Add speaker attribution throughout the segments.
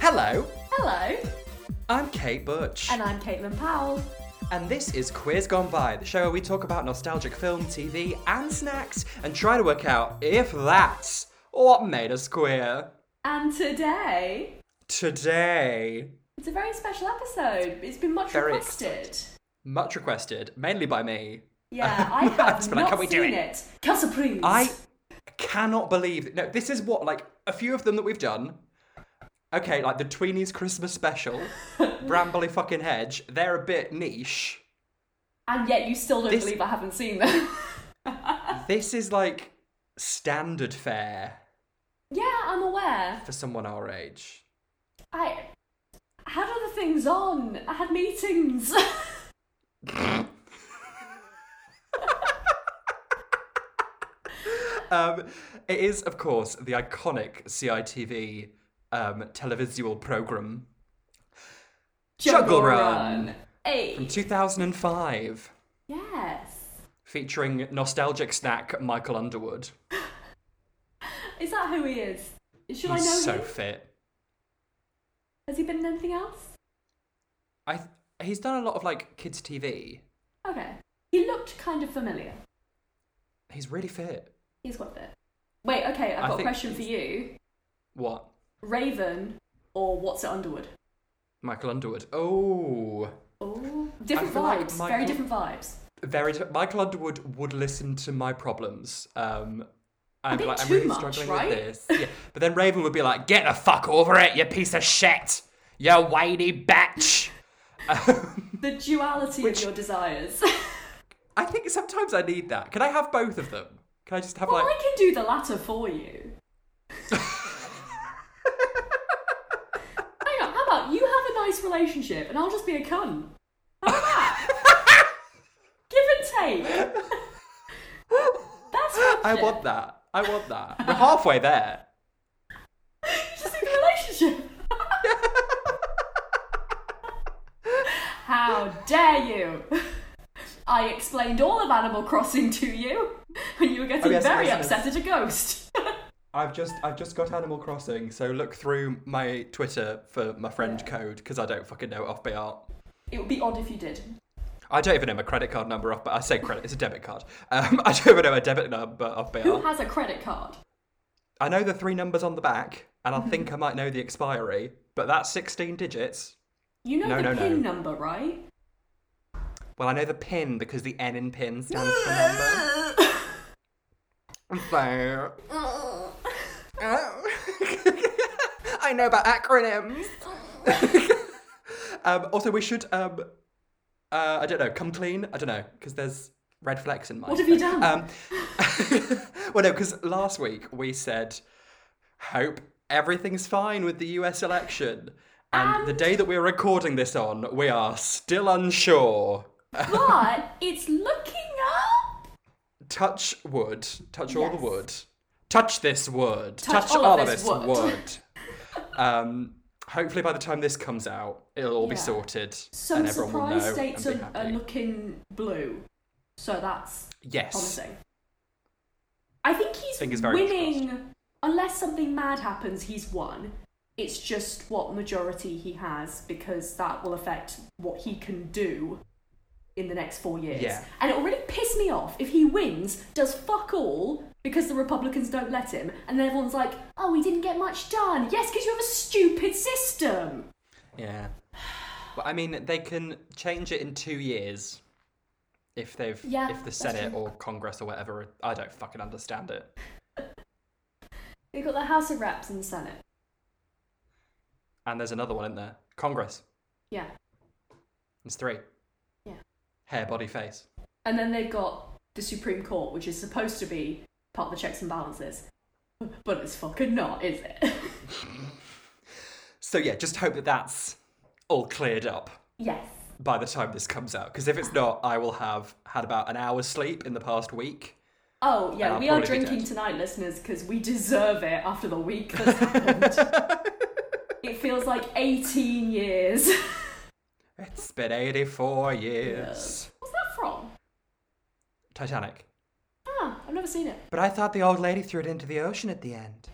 Speaker 1: Hello,
Speaker 2: Hello,
Speaker 1: I'm Kate Butch.
Speaker 2: and I'm Caitlin Powell.
Speaker 1: And this is Queers Gone By, the show where we talk about nostalgic film, TV, and snacks and try to work out if that's what made us queer.
Speaker 2: And today,
Speaker 1: Today,
Speaker 2: it's a very special episode. It's been much
Speaker 1: Very
Speaker 2: requested.
Speaker 1: much requested, mainly by me.
Speaker 2: Yeah, I have
Speaker 1: It's been like,
Speaker 2: not
Speaker 1: can we do
Speaker 2: seen it. Casa Prunes.
Speaker 1: I cannot believe No, this is what, like, a few of them that we've done. Okay, like the Tweenies Christmas special, Brambly fucking Hedge, they're a bit niche.
Speaker 2: And yet you still don't
Speaker 1: This-
Speaker 2: believe I haven't seen them.
Speaker 1: This is like standard fare
Speaker 2: yeah, I'm aware.
Speaker 1: for someone our age.
Speaker 2: I had other things on. I had meetings.
Speaker 1: Um, it is, of course, the iconic CITV um, televisual program Juggle Run. from
Speaker 2: Hey.
Speaker 1: 2005,
Speaker 2: Yes.
Speaker 1: featuring nostalgic snack Michael Underwood.
Speaker 2: Is that who he is? Should I know
Speaker 1: He's so
Speaker 2: him?
Speaker 1: fit.
Speaker 2: Has he been in anything else?
Speaker 1: I th- he's done a lot of like kids TV.
Speaker 2: Okay. He looked kind of familiar.
Speaker 1: He's really fit.
Speaker 2: He's quite fit. Wait, okay, I've
Speaker 1: I
Speaker 2: got a
Speaker 1: think
Speaker 2: question for you.
Speaker 1: What?
Speaker 2: Raven or What's It Underwood?
Speaker 1: Michael Underwood. Oh,
Speaker 2: Oh, different
Speaker 1: feel
Speaker 2: vibes.
Speaker 1: like
Speaker 2: Very
Speaker 1: Michael-
Speaker 2: different vibes.
Speaker 1: very. T- Michael Underwood would listen to my problems. Um,
Speaker 2: A
Speaker 1: I'd be
Speaker 2: bit
Speaker 1: like, I'm
Speaker 2: too
Speaker 1: really
Speaker 2: much,
Speaker 1: struggling
Speaker 2: right?
Speaker 1: with this. Yeah. But then Raven would be like, get the fuck over it, you piece of shit, you whiny bitch.
Speaker 2: The duality
Speaker 1: Which-
Speaker 2: of your desires.
Speaker 1: I think sometimes I need that. Can I have both of them? Can I just have
Speaker 2: well,
Speaker 1: like?
Speaker 2: I can do the latter for you. Hang on, how about you have a nice relationship and I'll just be a cunt? How about that? Give and take. That's what
Speaker 1: I want that. I want that. We're halfway there.
Speaker 2: Just in a relationship. How dare you! I explained all of Animal Crossing to you, and you were getting
Speaker 1: Oh, yes,
Speaker 2: very
Speaker 1: yes, yes.
Speaker 2: upset at a ghost.
Speaker 1: I've just I've just got Animal Crossing, so look through my Twitter for my friend code because I don't fucking know it off by heart.
Speaker 2: it would be odd if you did.
Speaker 1: I don't even know my credit card number off, but I say credit. It's a debit card. Um, I don't even know my debit number off by
Speaker 2: Who
Speaker 1: heart.
Speaker 2: has a credit card?
Speaker 1: I know the three numbers on the back, and I think I might know the expiry, but that's sixteen digits.
Speaker 2: You know
Speaker 1: No,
Speaker 2: the
Speaker 1: no, no.
Speaker 2: PIN number, right?
Speaker 1: Well, I know the pin because the N in pin stands for number. So Oh. I know about acronyms. um, also, we should. Um, uh, I don't know. Come clean. I don't know because there's red flags in mine.
Speaker 2: What have you done?
Speaker 1: Um, well, no, because last week we said, hope everything's fine with the U.S. election, and, the day that we're recording this on, we are still unsure.
Speaker 2: but it's looking up.
Speaker 1: Touch wood. Touch all
Speaker 2: Yes.
Speaker 1: the wood. Touch this wood.
Speaker 2: Touch all of this wood.
Speaker 1: um, hopefully, by the time this comes out, it'll all be
Speaker 2: Yeah.
Speaker 1: sorted
Speaker 2: Some
Speaker 1: and everyone will know
Speaker 2: surprise states
Speaker 1: and be
Speaker 2: are, are
Speaker 1: happy.
Speaker 2: looking blue, so that's
Speaker 1: yes.
Speaker 2: promising. I think he's
Speaker 1: Fingers very much
Speaker 2: winning. Unless something mad happens, he's won. It's just what majority he has because that will affect what he can do in the next four years.
Speaker 1: Yeah.
Speaker 2: And it'll really piss me off if he wins, does fuck all because the Republicans don't let him, and then everyone's like, oh, he didn't get much done. Yes, because you have a stupid system.
Speaker 1: Yeah. But I mean, they can change it in two years if they've
Speaker 2: Yeah,
Speaker 1: if the
Speaker 2: that's
Speaker 1: Senate
Speaker 2: true.
Speaker 1: or Congress or whatever. I don't fucking understand it.
Speaker 2: They've got the House of Reps and the Senate.
Speaker 1: And there's another one in there. Congress.
Speaker 2: Yeah.
Speaker 1: It's three.
Speaker 2: Yeah.
Speaker 1: Hair, body, face.
Speaker 2: And then they've got the Supreme Court, which is supposed to be part of the checks and balances. But it's fucking not, is it?
Speaker 1: So yeah, just hope that that's all cleared up.
Speaker 2: yes.
Speaker 1: by the time this comes out. Because if it's not, I will have had about an hour's sleep in the past week.
Speaker 2: Oh,
Speaker 1: And
Speaker 2: yeah,
Speaker 1: I'll
Speaker 2: we are
Speaker 1: probably be
Speaker 2: drinking
Speaker 1: dead.
Speaker 2: tonight, listeners, because we deserve it after the week that's happened. it feels like 18 years.
Speaker 1: It's been 84 years.
Speaker 2: What's that from?
Speaker 1: Titanic.
Speaker 2: Ah, I've never seen it.
Speaker 1: But I thought the old lady threw it into the ocean at the end.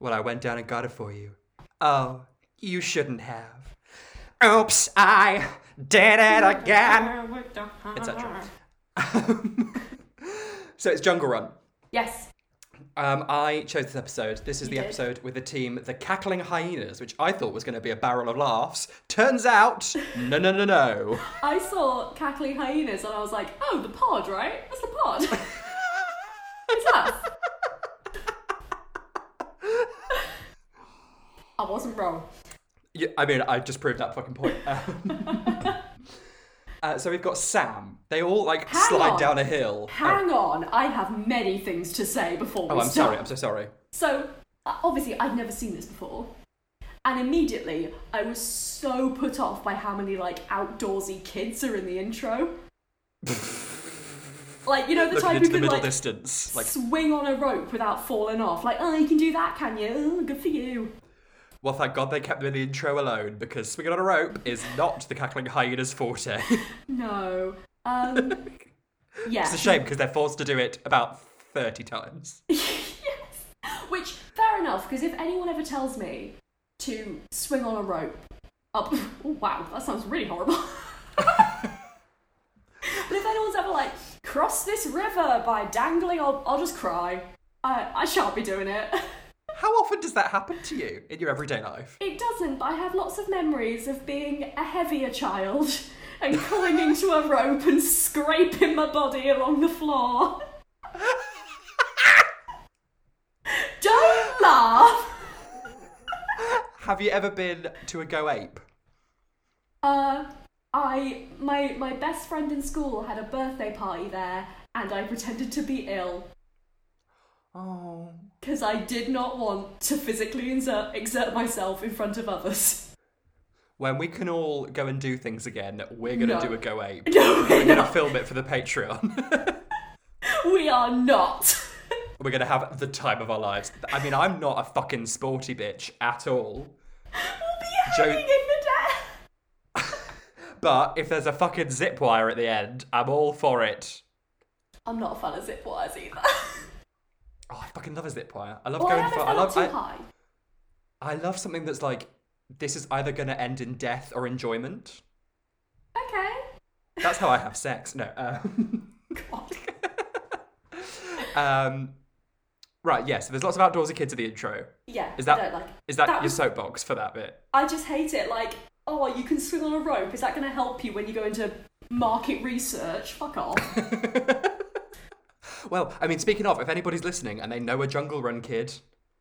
Speaker 1: Well, I went down and got it for you. Oh, you shouldn't have. Oops, I did it again. Etc. so it's Jungle Run.
Speaker 2: Yes.
Speaker 1: Um, I chose this episode. This is
Speaker 2: You
Speaker 1: the
Speaker 2: did.
Speaker 1: episode with the team, the Cackling Hyenas, which I thought was going to be a barrel of laughs. Turns out, no, no, no, no.
Speaker 2: I saw cackling hyenas and I was like, oh, the pod, right? That's the pod. it's us. I wasn't wrong.
Speaker 1: Yeah, I mean, I just proved that fucking point. Um, uh, so we've got Sam. They all like
Speaker 2: Hang
Speaker 1: slide
Speaker 2: on.
Speaker 1: down a hill.
Speaker 2: Hang on, I have many things to say before we
Speaker 1: Oh, I'm
Speaker 2: start.
Speaker 1: sorry. I'm so sorry.
Speaker 2: So, uh, obviously, I'd never seen this before. And immediately, I was so put off by how many, like, outdoorsy kids are in the intro. like, you know, the
Speaker 1: Looking
Speaker 2: type
Speaker 1: into the
Speaker 2: who can,
Speaker 1: middle
Speaker 2: like,
Speaker 1: distance, like,
Speaker 2: swing on a rope without falling off. Like, oh, you can do that, can you? Oh, good for you.
Speaker 1: well, thank God they kept the intro alone because swinging on a rope is not the cackling hyena's forte.
Speaker 2: No. Um, yeah.
Speaker 1: it's a shame because they're forced to do it about thirty times.
Speaker 2: Which, fair enough, because if anyone ever tells me to swing on a rope up. Oh, wow, that sounds really horrible. but if anyone's ever like, cross this river by dangling, I'll, I'll just cry. I, I shan't be doing it.
Speaker 1: How often does that happen to you in your everyday life?
Speaker 2: It doesn't, but I have lots of memories of being a heavier child and clinging to a rope and scraping my body along the floor. Don't laugh!
Speaker 1: Have you ever been to a go ape?
Speaker 2: Uh, I my my best friend in school had a birthday party there, and I pretended to be ill
Speaker 1: Oh.
Speaker 2: because I did not want to physically exert exert myself in front of others.
Speaker 1: When we can all go and do things again, we're gonna
Speaker 2: No.
Speaker 1: do a go ape.
Speaker 2: No, we're
Speaker 1: We're gonna
Speaker 2: not.
Speaker 1: film it for the Patreon.
Speaker 2: We are not.
Speaker 1: We're gonna have the time of our lives. I mean, I'm not a fucking sporty bitch at all.
Speaker 2: we'll be
Speaker 1: Jo-
Speaker 2: hanging in the death.
Speaker 1: But if there's a fucking zip wire at the end, I'm all for it.
Speaker 2: I'm not a fan of zip wires either.
Speaker 1: Oh, I fucking love a zip wire. I love
Speaker 2: Well, I
Speaker 1: going
Speaker 2: never
Speaker 1: for.
Speaker 2: felt
Speaker 1: I love.
Speaker 2: too
Speaker 1: I,
Speaker 2: high.
Speaker 1: I love something that's like, this is either gonna end in death or enjoyment.
Speaker 2: Okay.
Speaker 1: That's how I have sex. No. Um,
Speaker 2: God.
Speaker 1: um, right. Yeah. So there's lots of outdoorsy kids in the intro.
Speaker 2: Yeah.
Speaker 1: Is
Speaker 2: I
Speaker 1: that-
Speaker 2: don't like. it.
Speaker 1: Is that,
Speaker 2: That
Speaker 1: your
Speaker 2: was-
Speaker 1: soapbox for that bit?
Speaker 2: I just hate it. Like, oh, you can swing on a rope. Is that going to help you when you go into market research? Fuck off.
Speaker 1: Well, I mean, speaking of, if anybody's listening and they know a Jungle Run kid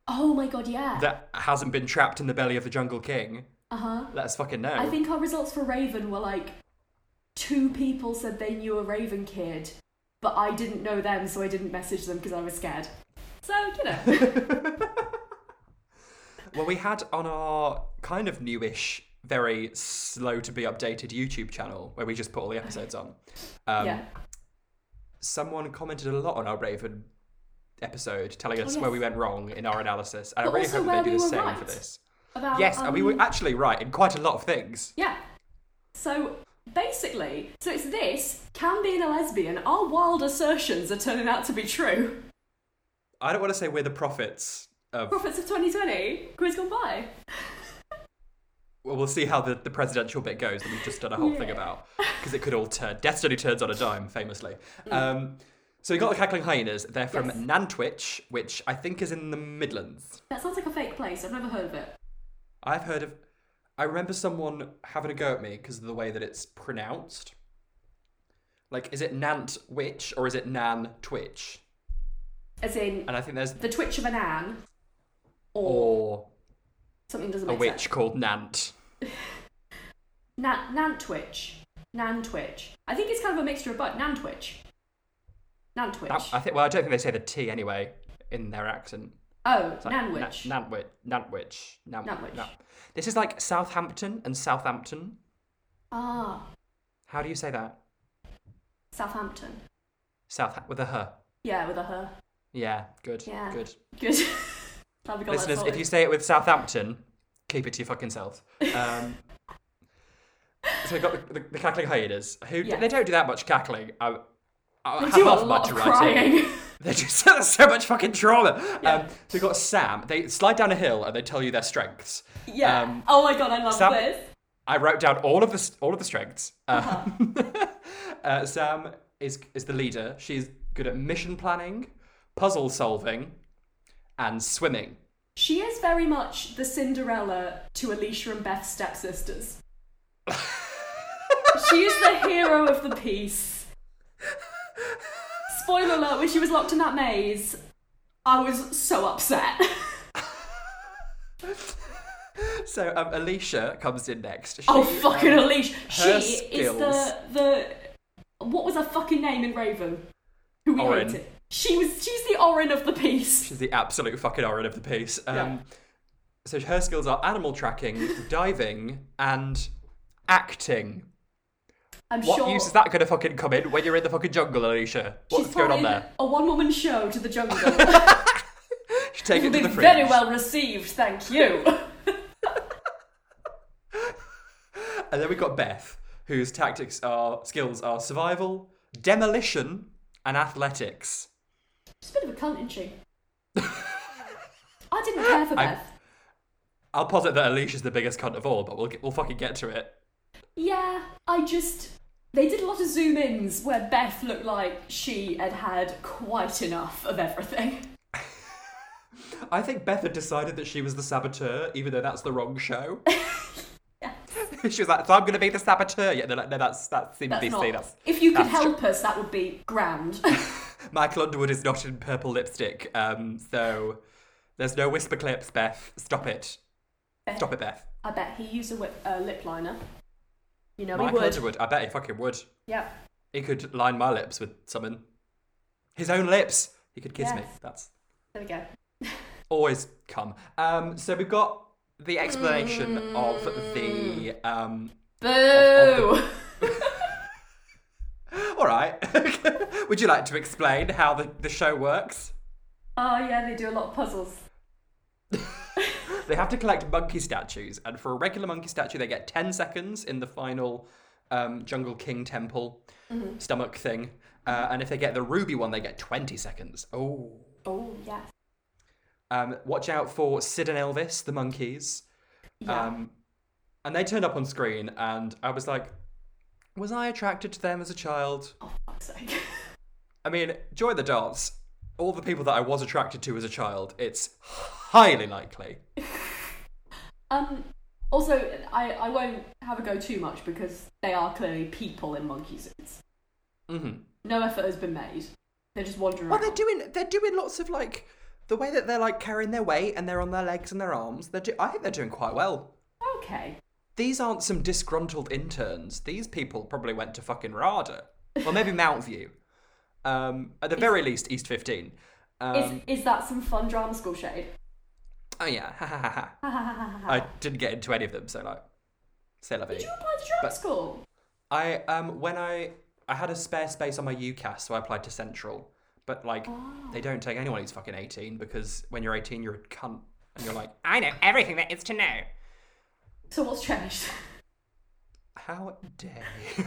Speaker 2: oh my god, yeah.
Speaker 1: that hasn't been trapped in the belly of the Jungle King,
Speaker 2: Uh huh.
Speaker 1: let us fucking know.
Speaker 2: I think our results for Raven were like two people said they knew a Raven kid, but I didn't know them, so I didn't message them because I was scared. So you know,
Speaker 1: Well, we had on our kind of newish, very slow to be updated YouTube channel where we just put all the episodes on. Um,
Speaker 2: yeah.
Speaker 1: Someone commented a lot on our Raven episode, telling us
Speaker 2: Oh, yes.
Speaker 1: where we went wrong in our analysis, and
Speaker 2: But
Speaker 1: I really
Speaker 2: also
Speaker 1: hope
Speaker 2: where
Speaker 1: they do
Speaker 2: we
Speaker 1: the
Speaker 2: were
Speaker 1: same
Speaker 2: right.
Speaker 1: for this.
Speaker 2: About
Speaker 1: yes, and we
Speaker 2: um,
Speaker 1: were actually right in quite a lot of things.
Speaker 2: Yeah. So basically, so it's this can being a lesbian. Our wild assertions are turning out to be true.
Speaker 1: I don't want to say we're the prophets of.
Speaker 2: Profits of 2020, quiz gone by.
Speaker 1: Well, we'll see how the, the presidential bit goes that we've just done a whole thing
Speaker 2: Yeah.
Speaker 1: about because it could all turn. Destiny turns on a dime, famously. Um, so we got the cackling hyenas. They're from
Speaker 2: Mm. Yes.
Speaker 1: Nantwich, which I think is in the Midlands.
Speaker 2: That sounds like a fake place. I've never heard of it.
Speaker 1: I've heard of. I remember someone having a go at me because of the way that it's pronounced. Like, is it Nantwich or is it Nan Twitch?
Speaker 2: As in
Speaker 1: And I think there's
Speaker 2: the twitch of an an, or
Speaker 1: or
Speaker 2: something doesn't
Speaker 1: a
Speaker 2: make
Speaker 1: witch
Speaker 2: sense.
Speaker 1: called Nant.
Speaker 2: Nan Nantwich. Nantwich. I think it's kind of a mixture of both. Nantwich. Nantwich.
Speaker 1: That- uh, I think. Well, I don't think they say the T anyway in their accent.
Speaker 2: oh,
Speaker 1: Like,
Speaker 2: Nanwich.
Speaker 1: Na- Nantwich. Nantwich. Nan-
Speaker 2: Nantwich.
Speaker 1: Na- This is like Southampton and Southampton.
Speaker 2: ah,
Speaker 1: How do you say that?
Speaker 2: Southampton.
Speaker 1: South with a h.
Speaker 2: Yeah, with a her.
Speaker 1: Yeah, good.
Speaker 2: Yeah.
Speaker 1: Good.
Speaker 2: Good. Glad we got
Speaker 1: Listeners,
Speaker 2: that
Speaker 1: if
Speaker 2: sorted.
Speaker 1: you say it with Southampton, keep it to your fucking self. Um, so we've got the, the, the cackling hyenas, who
Speaker 2: Yeah.
Speaker 1: they don't do that much cackling. I, I
Speaker 2: They
Speaker 1: have
Speaker 2: do a
Speaker 1: off
Speaker 2: lot
Speaker 1: much
Speaker 2: of
Speaker 1: writing.
Speaker 2: crying.
Speaker 1: They're just there's so much fucking trauma. Um, so we've got Sam. They slide down a hill and they tell you their strengths.
Speaker 2: Yeah.
Speaker 1: Um,
Speaker 2: oh my god, I love
Speaker 1: Sam-
Speaker 2: this.
Speaker 1: I wrote down all of the s- all of the strengths. Um,
Speaker 2: Uh-huh.
Speaker 1: uh, Sam is is the leader. She's good at mission planning, puzzle solving, and swimming.
Speaker 2: She is very much the Cinderella to Alicia and Beth's stepsisters. she is the hero of the piece. Spoiler alert, when she was locked in that maze, I was so upset.
Speaker 1: So um, Alicia comes in next. She, um,
Speaker 2: oh, fucking Alicia. She
Speaker 1: her
Speaker 2: is
Speaker 1: skills.
Speaker 2: the, the. What was her fucking name in Raven? Who we
Speaker 1: Orin.
Speaker 2: hated. She was, she's the Orin of the piece.
Speaker 1: She's the absolute fucking horror of the piece. Um,
Speaker 2: Yeah.
Speaker 1: So her skills are animal tracking, diving, and acting.
Speaker 2: I'm
Speaker 1: What
Speaker 2: sure.
Speaker 1: use is that going to fucking come in when you're in the fucking jungle, Alicia? What's
Speaker 2: she's
Speaker 1: going on
Speaker 2: following
Speaker 1: there?
Speaker 2: A one woman show to the jungle.
Speaker 1: She take it to
Speaker 2: Be
Speaker 1: the fridge.
Speaker 2: very well received, thank you.
Speaker 1: And then we've got Beth, whose tactics are skills are survival, demolition, and athletics.
Speaker 2: She's a bit of a cunt, isn't she? I didn't care for
Speaker 1: I'm-
Speaker 2: Beth.
Speaker 1: I'll posit that Alicia's the biggest cunt of all, but we'll get, we'll fucking get to it.
Speaker 2: Yeah, I just. They did a lot of zoom ins where Beth looked like she had had quite enough of everything.
Speaker 1: I think Beth had decided that she was the saboteur, even though that's the wrong show. she was like, "So I'm going to be the saboteur." Yeah, they're like, "No, that's that's NBC.
Speaker 2: That's
Speaker 1: That's,
Speaker 2: not. if you could
Speaker 1: that's
Speaker 2: help us, that would be grand.
Speaker 1: Michael Underwood is not in purple lipstick, um, so there's no whisper clips, Beth. Stop it.
Speaker 2: Beth.
Speaker 1: Stop it, Beth.
Speaker 2: I bet he used a whip, uh, lip liner. You know
Speaker 1: Michael
Speaker 2: he would.
Speaker 1: Underwood, I bet he fucking would.
Speaker 2: Yeah.
Speaker 1: He could line my lips with something. His own lips. He could kiss me.
Speaker 2: Yes.
Speaker 1: That's
Speaker 2: There we go.
Speaker 1: always come. Um, so we've got the explanation of the. Um,
Speaker 2: Boo!
Speaker 1: all right. would you like to explain how the, the show works?
Speaker 2: oh, yeah, they do a lot of puzzles.
Speaker 1: They have to collect monkey statues, and for a regular monkey statue, they get 10 seconds in the final um, Jungle King temple stomach thing. Uh, and if they get the ruby one, they get 20 seconds. Oh.
Speaker 2: Oh, yes.
Speaker 1: Um, watch out for Sid and Elvis, the monkeys.
Speaker 2: Yeah.
Speaker 1: Um, and they turned up on screen, and I was like, was I attracted to them as a child?
Speaker 2: oh, fuck's sake.
Speaker 1: I mean, join the dance. All the people that I was attracted to as a child, it's highly likely.
Speaker 2: Um. Also, I, I won't have a go too much because they are clearly people in monkey suits.
Speaker 1: Mm-hmm.
Speaker 2: No effort has been made. They're just wandering
Speaker 1: Well,
Speaker 2: around.
Speaker 1: they're doing they're doing lots of like the way that they're like carrying their weight and they're on their legs and their arms. They're do- I think they're doing quite well.
Speaker 2: okay.
Speaker 1: These aren't some disgruntled interns. These people probably went to fucking RADA. Well, maybe Mount View. Um, at the very least, East 15. Um,
Speaker 2: is, is that some fun drama school shade?
Speaker 1: oh, yeah. Ha ha ha ha. I didn't get into any of them, so like, say la vie.
Speaker 2: Did you apply to drama
Speaker 1: But-
Speaker 2: school?
Speaker 1: I um when I I had a spare space on my UCAS, so I applied to Central. But like they don't take anyone who's fucking eighteen because when you're eighteen you're a cunt and you're like, I know everything there is to know.
Speaker 2: So what's changed?
Speaker 1: How dare you?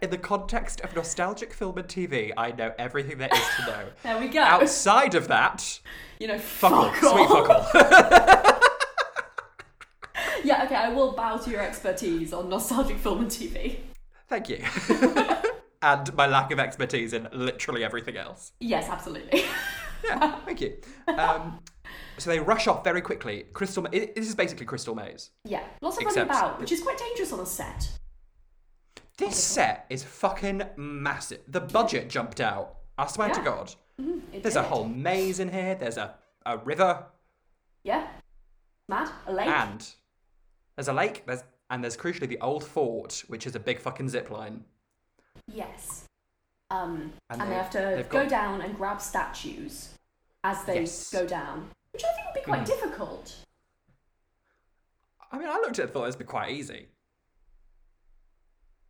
Speaker 1: In the context of nostalgic film and TV, I know everything there is to know.
Speaker 2: There we go.
Speaker 1: Outside of that,
Speaker 2: you know,
Speaker 1: fuck all, sweet fuck all.
Speaker 2: yeah, okay, I will bow to your expertise on nostalgic film and TV.
Speaker 1: Thank you. and my lack of expertise in literally everything else.
Speaker 2: Yes, absolutely.
Speaker 1: Yeah, thank you. Um, so they rush off very quickly. Crystal, Ma- i- this is basically Crystal Maze.
Speaker 2: yeah, lots of
Speaker 1: Except-
Speaker 2: running about, which is quite dangerous on a set.
Speaker 1: This set is fucking massive. The budget jumped out. I swear to
Speaker 2: Yeah.
Speaker 1: God.
Speaker 2: Mm-hmm, It
Speaker 1: There's
Speaker 2: did.
Speaker 1: a whole maze in here. There's a, a river
Speaker 2: Yeah. Mad. A lake.
Speaker 1: and there's a lake. There's and there's crucially the old fort, which is a big fucking zip line.
Speaker 2: Yes. Um,
Speaker 1: And
Speaker 2: and,
Speaker 1: they-
Speaker 2: they, have to
Speaker 1: they've
Speaker 2: go
Speaker 1: got-
Speaker 2: down and grab statues as they
Speaker 1: Yes.
Speaker 2: go down, which I think would be quite
Speaker 1: Mm.
Speaker 2: difficult.
Speaker 1: I mean, I looked at it and thought this would be quite easy.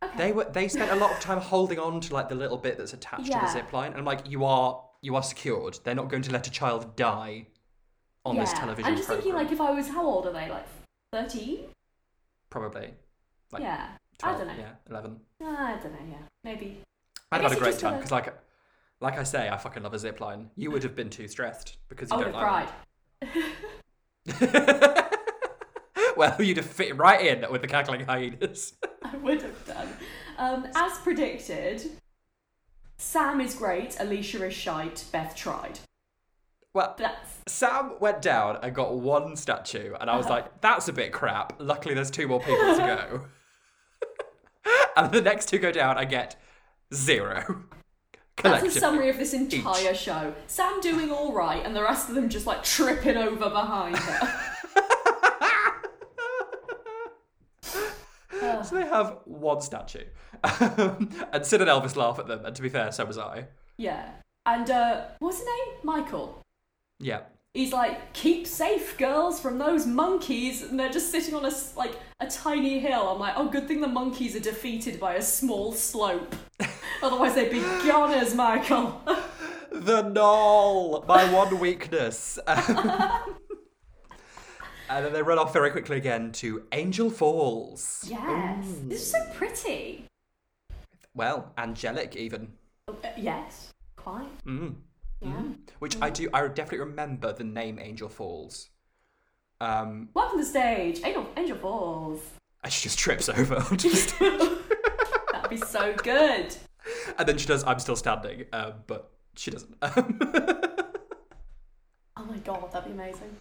Speaker 2: Okay.
Speaker 1: They were they spent a lot of time holding on to like the little bit that's attached to the
Speaker 2: Yeah.
Speaker 1: zip line, and I'm like, you are you are secured. They're not going to let a child die on this
Speaker 2: Yeah.
Speaker 1: television
Speaker 2: I'm just
Speaker 1: program.
Speaker 2: thinking, like, if I was, how old are they? Like, 13?
Speaker 1: probably. Like,
Speaker 2: yeah.
Speaker 1: 12,
Speaker 2: I don't know. Ah,
Speaker 1: Yeah, eleven.
Speaker 2: I don't know, yeah. Maybe. I
Speaker 1: I'd have had
Speaker 2: guess
Speaker 1: a
Speaker 2: it
Speaker 1: great
Speaker 2: just
Speaker 1: time
Speaker 2: kinda-
Speaker 1: because like Like I say, I fucking love a zip line. You would have been too stressed because you
Speaker 2: I would
Speaker 1: don't like.
Speaker 2: have cried.
Speaker 1: well, you'd have fit right in with the cackling hyenas.
Speaker 2: I would have done. Um, as predicted, Sam is great, Alicia is shite, Beth tried.
Speaker 1: Well,
Speaker 2: That's
Speaker 1: Sam went down and got one statue, and I was like, that's a bit crap. Luckily, there's two more people to go. and the next two go down, I get zero.
Speaker 2: that's a
Speaker 1: Collectively.
Speaker 2: summary of this entire show. Sam doing all right, and the rest of them just like tripping over behind her. uh,
Speaker 1: So they have one statue. Um, and Sid and Elvis laugh at them, and to be fair, so was I.
Speaker 2: yeah. And uh, what's his name? Michael.
Speaker 1: Yeah.
Speaker 2: He's like, keep safe, girls, from those monkeys, and they're just sitting on a s- like a tiny hill. I'm like, oh, good thing the monkeys are defeated by a small slope, otherwise they'd be goners, Michael.
Speaker 1: The knoll, my one weakness. Um, and then they run off very quickly again to Angel Falls.
Speaker 2: yes, this is so pretty.
Speaker 1: Well, angelic even.
Speaker 2: Uh, yes, quite.
Speaker 1: Mm.
Speaker 2: Yeah.
Speaker 1: Which
Speaker 2: Mm.
Speaker 1: I do. I definitely remember the name Angel Falls. Um,
Speaker 2: Welcome to the stage, Angel, Angel Balls.
Speaker 1: and she just trips over, just,
Speaker 2: That'd be so good.
Speaker 1: and then she does. I'm still standing, uh, but she doesn't.
Speaker 2: Oh my god, that'd be amazing.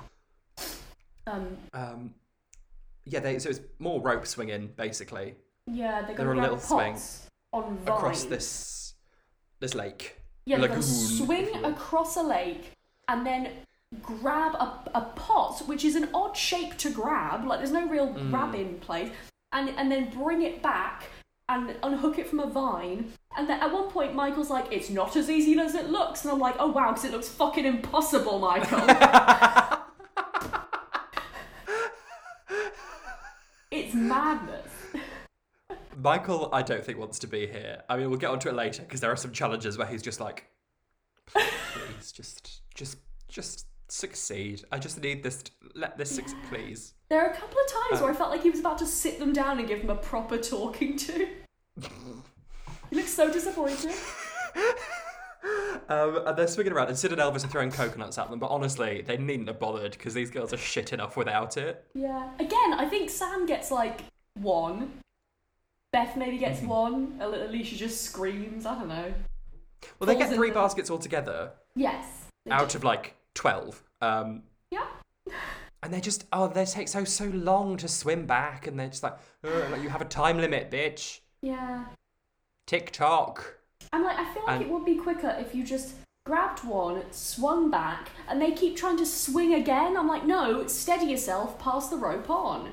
Speaker 2: Um,
Speaker 1: um, yeah, they, so it's more rope swinging basically
Speaker 2: yeah, they're
Speaker 1: There
Speaker 2: gonna
Speaker 1: are
Speaker 2: grab
Speaker 1: little swings
Speaker 2: pots on vines.
Speaker 1: across this this lake.
Speaker 2: Yeah, they're
Speaker 1: lagoon,
Speaker 2: gonna
Speaker 1: if you
Speaker 2: swing
Speaker 1: will.
Speaker 2: across a lake and then grab a, a pot, which is an odd shape to grab. Like there's no real
Speaker 1: Mm.
Speaker 2: grabbing place, and and then bring it back and unhook it from a vine. And then at one point, Michael's like, "It's not as easy as it looks," and I'm like, "Oh wow, because it looks fucking impossible, Michael." it's madness.
Speaker 1: Michael, I don't think wants to be here. I mean, we'll get onto it later because there are some challenges where he's just like, please, just, just, just succeed. I just need this. Let this succeed, please.
Speaker 2: There are a couple of times where I felt like he was about to sit them down and give them a proper talking to. he looks so disappointed.
Speaker 1: Um, and they're swinging around, and Sid and Elvis are throwing coconuts at them. But honestly, they needn't have bothered because these girls are shit enough without it.
Speaker 2: Yeah. Again, I think Sam gets like one. Beth maybe gets one. Al- Alicia just screams. I don't know.
Speaker 1: Well, they
Speaker 2: Falls
Speaker 1: get
Speaker 2: in
Speaker 1: three
Speaker 2: the-
Speaker 1: baskets altogether
Speaker 2: Yes. They
Speaker 1: out
Speaker 2: do.
Speaker 1: of like twelve. Um,
Speaker 2: Yeah.
Speaker 1: and they just oh, they take so so long to swim back, and they're just like, "Ugh," like you have a time limit, bitch.
Speaker 2: Yeah.
Speaker 1: Tick tock.
Speaker 2: I'm like, I feel like
Speaker 1: And-
Speaker 2: it would be quicker if you just grabbed one, swung back, and they keep trying to swing again. I'm like, no, steady yourself, pass the rope on.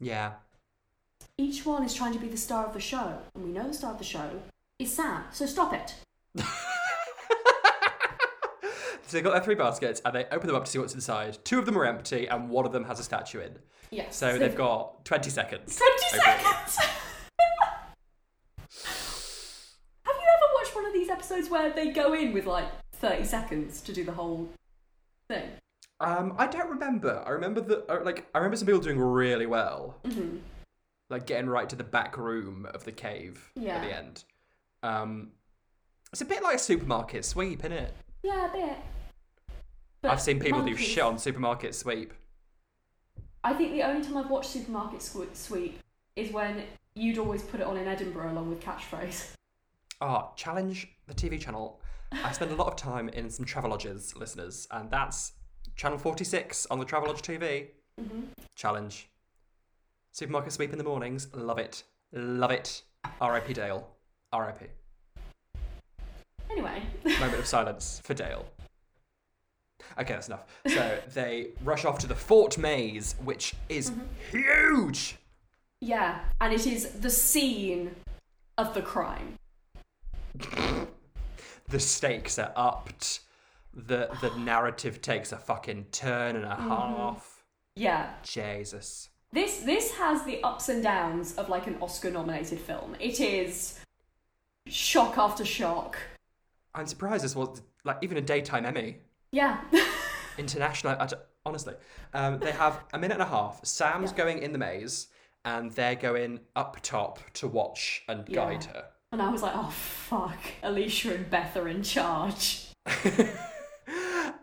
Speaker 1: Yeah.
Speaker 2: Each one is trying to be the star of the show, and we know the star of the show is Sam, so stop it.
Speaker 1: So they got their three baskets and they open them up to see what's inside. Two of them are empty and one of them has a statue in.
Speaker 2: Yes.
Speaker 1: So they've got 20 seconds.
Speaker 2: 20
Speaker 1: Okay.
Speaker 2: seconds! Have you ever watched one of these episodes where they go in with like 30 seconds to do the whole thing?
Speaker 1: Um, I don't remember. I remember the uh, like. I remember some people doing really well,
Speaker 2: Mm-hmm.
Speaker 1: like getting right to the back room of the cave
Speaker 2: Yeah.
Speaker 1: at the end. Um, it's a bit like a supermarket sweep, isn't it?
Speaker 2: Yeah, a bit.
Speaker 1: I've seen people do
Speaker 2: monkeys-
Speaker 1: shit on supermarket sweep.
Speaker 2: I think the only time I've watched Supermarket Swe- Sweep is when you'd always put it on in Edinburgh along with catchphrase.
Speaker 1: Ah, challenge the TV channel. I spend a lot of time in some travelodges, listeners, and that's channel 46 on the Travelodge TV. Challenge. Supermarket sweep in the mornings. Love it. Love it. R.I.P. Dale. R.I.P.
Speaker 2: Anyway.
Speaker 1: Moment of silence for Dale. Okay, that's enough. So they rush off to the Fort Maze, which is huge.
Speaker 2: yeah, and it is the scene of the crime.
Speaker 1: the stakes are upped. The the narrative takes a fucking turn and a half.
Speaker 2: Yeah,
Speaker 1: Jesus.
Speaker 2: This this has the ups and downs of like an Oscar nominated film. It is shock after shock.
Speaker 1: I'm surprised this was like even a daytime Emmy
Speaker 2: Yeah.
Speaker 1: international. I d honestly, um, they have a minute and a half. Sam's going in the maze, and they're going up top to watch and
Speaker 2: Yeah.
Speaker 1: guide her.
Speaker 2: And I was like, oh fuck, Alicia and Beth are in charge.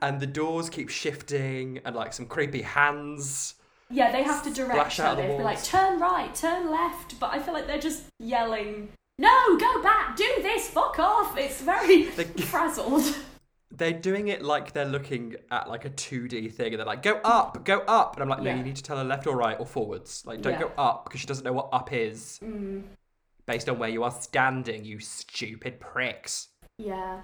Speaker 1: and the doors keep shifting, and like some creepy hands.
Speaker 2: Yeah, they have to direct
Speaker 1: Splash
Speaker 2: her.
Speaker 1: out of
Speaker 2: They
Speaker 1: the
Speaker 2: have to be like,
Speaker 1: walls.
Speaker 2: turn right, turn left. But I feel like they're just yelling, no, go back, do this, fuck off. It's very
Speaker 1: They-
Speaker 2: frazzled.
Speaker 1: They're doing it like they're looking at like a 2D thing, and they're like, "Go up, go up," and I'm like, "No,
Speaker 2: Yeah.
Speaker 1: you need to tell her left or right or forwards. Like, don't
Speaker 2: Yeah.
Speaker 1: go up because she doesn't know what up is based on where you are standing. You stupid pricks."
Speaker 2: Yeah.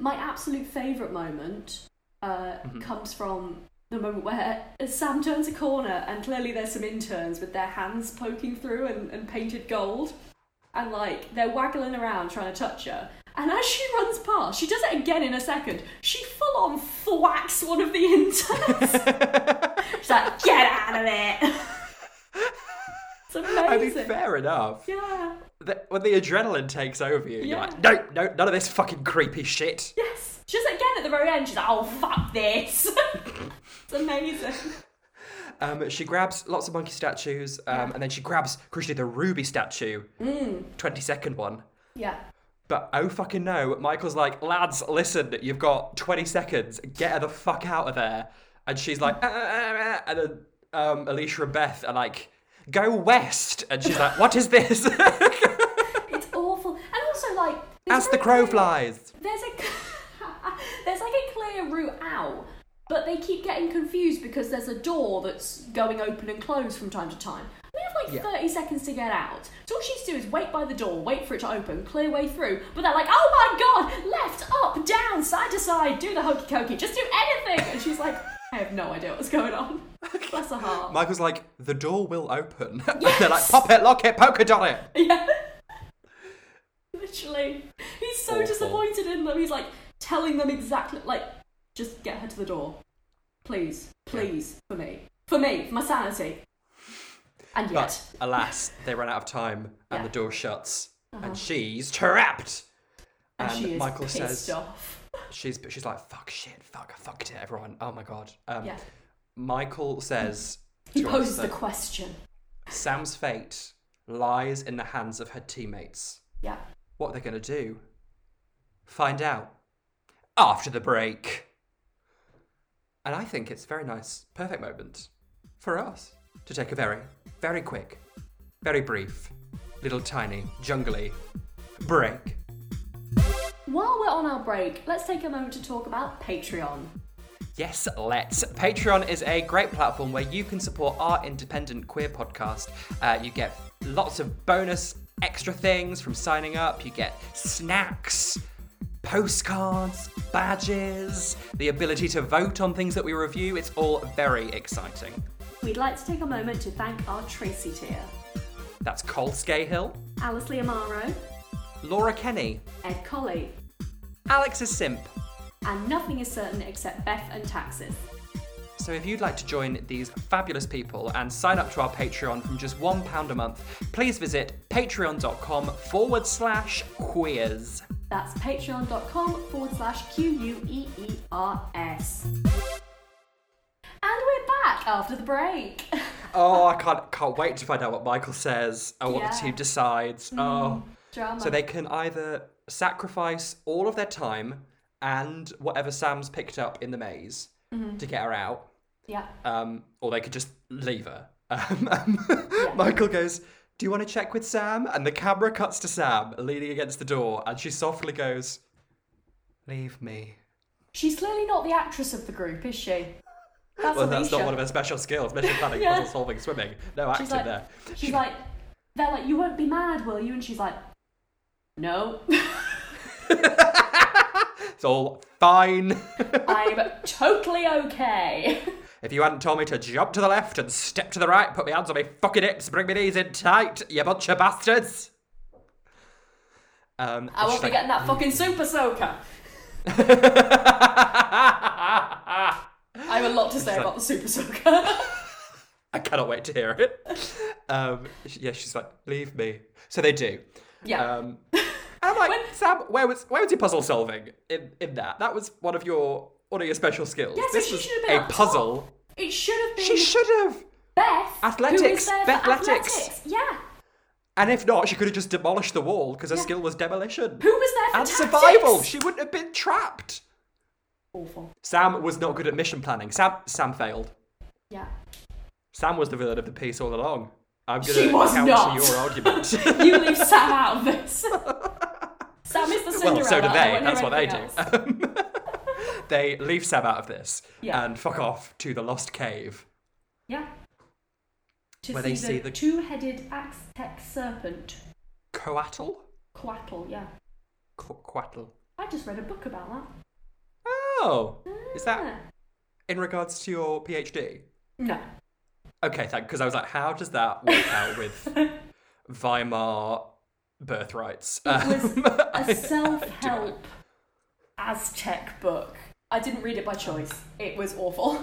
Speaker 2: My absolute favourite moment uh, comes from the moment where Sam turns a corner and clearly there's some interns with their hands poking through and, and painted gold. And like they're waggling around trying to touch her. And as she runs past, she does it again in a second. She full on thwacks one of the interns. She's like, get out of it. it's amazing.
Speaker 1: I mean, fair enough.
Speaker 2: Yeah.
Speaker 1: The- when the adrenaline takes over you, you're
Speaker 2: Yeah.
Speaker 1: like, "No, no, none of this fucking creepy shit."
Speaker 2: Yes. She does it again at the very end. She's like, oh, fuck this. it's amazing.
Speaker 1: Um, she grabs lots of monkey statues, um, and then she grabs, crucially, the ruby statue,
Speaker 2: Mm.
Speaker 1: twenty-second one.
Speaker 2: Yeah.
Speaker 1: But oh fucking no, Michael's like, lads, listen, you've got 20 seconds, get her the fuck out of there. And she's like, "Uh, uh, uh, uh," and then um, Alicia and Beth are like, go west. And she's like, what is this?
Speaker 2: It's awful. And also, like. there's
Speaker 1: As the
Speaker 2: no
Speaker 1: crow
Speaker 2: clear-
Speaker 1: flies.
Speaker 2: There's a. there's like a clear route out, but they keep getting confused because there's a door that's going open and closed from time to time. They have like
Speaker 1: Yeah.
Speaker 2: 30 seconds to get out. So all she needs to do is wait by the door, wait for it to open, clear way through. But they're like, oh my god, left, up, down, side to side, do the hokey cokey, just do anything. And she's like, I have no idea what's going on. Bless her heart.
Speaker 1: Michael's like, the door will open. And they're like,
Speaker 2: Yes.
Speaker 1: pop it, lock it, polka dot it.
Speaker 2: Yeah. Literally. He's so
Speaker 1: Awful.
Speaker 2: disappointed in them. He's like telling them exactly, like, just get her to the door. Please. Please. For me. For me. For my sanity. And
Speaker 1: But
Speaker 2: yet.
Speaker 1: alas, they run out of time and
Speaker 2: Yeah. Uh-huh.
Speaker 1: the door shuts. And she's trapped.
Speaker 2: and, she is
Speaker 1: Michael
Speaker 2: pissed
Speaker 1: says,
Speaker 2: off.
Speaker 1: she's she's like, fuck shit, fuck, I fucked it, everyone. Oh my god. Um,
Speaker 2: Yeah.
Speaker 1: Michael says,
Speaker 2: He
Speaker 1: to us
Speaker 2: poses
Speaker 1: that-
Speaker 2: the question.
Speaker 1: Sam's fate lies in the hands of her teammates.
Speaker 2: Yeah.
Speaker 1: What they're going to do? Find out after the break. And I think it's a very nice, perfect moment for us to take a very, very quick, very brief, little tiny, jungly break.
Speaker 2: While we're on our break, let's take a moment to talk about Patreon.
Speaker 1: Yes, let's. Patreon is a great platform where you can support our independent queer podcast. Uh, you get lots of bonus extra things from signing up, you get snacks. Postcards, badges, the ability to vote on things that we review, it's all very exciting.
Speaker 2: We'd like to take a moment to thank our Tracy tier.
Speaker 1: That's Cole Scahill,
Speaker 2: Alice Lee Amaro,
Speaker 1: Laura Kenny,
Speaker 2: Ed Colley,
Speaker 1: Alex's Simp,
Speaker 2: and nothing is certain except Beth and taxes.
Speaker 1: So if you'd like to join these fabulous people and sign up to our Patreon from just £1 a month, please visit patreon.com forward slash queers.
Speaker 2: That's patreon.com forward slash Q U E E R S. And we're back after the break.
Speaker 1: Oh, I can't can't wait to find out what Michael says and what the
Speaker 2: Yeah.
Speaker 1: team decides. Oh.
Speaker 2: Drama.
Speaker 1: So they can either sacrifice all of their time and whatever Sam's picked up in the maze to get her out.
Speaker 2: Yeah.
Speaker 1: um, or they could just leave her. Um, um, Michael goes, Do you want to check with Sam? And the camera cuts to Sam leaning against the door, and she softly goes, Leave me.
Speaker 2: She's clearly not the actress of the group, is she? That's
Speaker 1: Well,
Speaker 2: Alicia.
Speaker 1: that's not one of her special skills mission planning,
Speaker 2: Yeah.
Speaker 1: puzzle solving, swimming. No acting
Speaker 2: she's like,
Speaker 1: there.
Speaker 2: She's like, they're like, you won't be mad, will you? And she's like, no,
Speaker 1: It's all fine.
Speaker 2: I'm totally okay.
Speaker 1: if you hadn't told me to jump to the left and step to the right, put my hands on my fucking hips, bring my knees in tight, you bunch of bastards. Um,
Speaker 2: I
Speaker 1: and she's
Speaker 2: won't be
Speaker 1: like,
Speaker 2: getting that fucking super soaker. I have a lot to say about the super soaker.
Speaker 1: I cannot wait to hear it. Um, sh- yeah, she's like, leave me. So they do.
Speaker 2: yeah.
Speaker 1: Um, and I'm like, Sam, where was where was your puzzle solving in, in that? That was one of your one of your special skills.
Speaker 2: Yeah, so
Speaker 1: this
Speaker 2: she
Speaker 1: was
Speaker 2: should've been Mm.
Speaker 1: a
Speaker 2: up top.
Speaker 1: puzzle.
Speaker 2: it should have been
Speaker 1: She should have.
Speaker 2: Beth. who
Speaker 1: Athletics,
Speaker 2: is there for
Speaker 1: Beth Athletics.
Speaker 2: athletics. Yeah.
Speaker 1: And if not, she could have just demolished the wall because her skill was demolition.
Speaker 2: Who was there for
Speaker 1: and
Speaker 2: tactics?
Speaker 1: survival. She wouldn't have been trapped.
Speaker 2: Awful.
Speaker 1: Sam was not good at mission planning. Sam Sam failed.
Speaker 2: Yeah.
Speaker 1: Sam was the villain of the piece all along. I'm gonna
Speaker 2: She was
Speaker 1: counter
Speaker 2: not.
Speaker 1: your argument.
Speaker 2: You leave Sam out of this. Sam is the Cinderella.
Speaker 1: well, so do
Speaker 2: I
Speaker 1: they.
Speaker 2: don't know
Speaker 1: That's what they
Speaker 2: anything
Speaker 1: do.
Speaker 2: else.
Speaker 1: Um, they leave Sam out of this
Speaker 2: Yeah.
Speaker 1: and fuck off to the lost cave.
Speaker 2: Yeah. To
Speaker 1: Where
Speaker 2: see,
Speaker 1: they
Speaker 2: the,
Speaker 1: see the-
Speaker 2: two-headed Aztec serpent,
Speaker 1: Coatl?
Speaker 2: Quattle. Yeah.
Speaker 1: Qu- Quattle.
Speaker 2: I just read a book about that.
Speaker 1: Oh, is that
Speaker 2: Yeah.
Speaker 1: in regards to your PhD?
Speaker 2: No.
Speaker 1: Okay, thank. Because I was like, how does that work out with Weimar birthrights?
Speaker 2: It was
Speaker 1: Um, I- I
Speaker 2: a
Speaker 1: do not-
Speaker 2: self-help Aztec book. I didn't read it by choice. It was awful.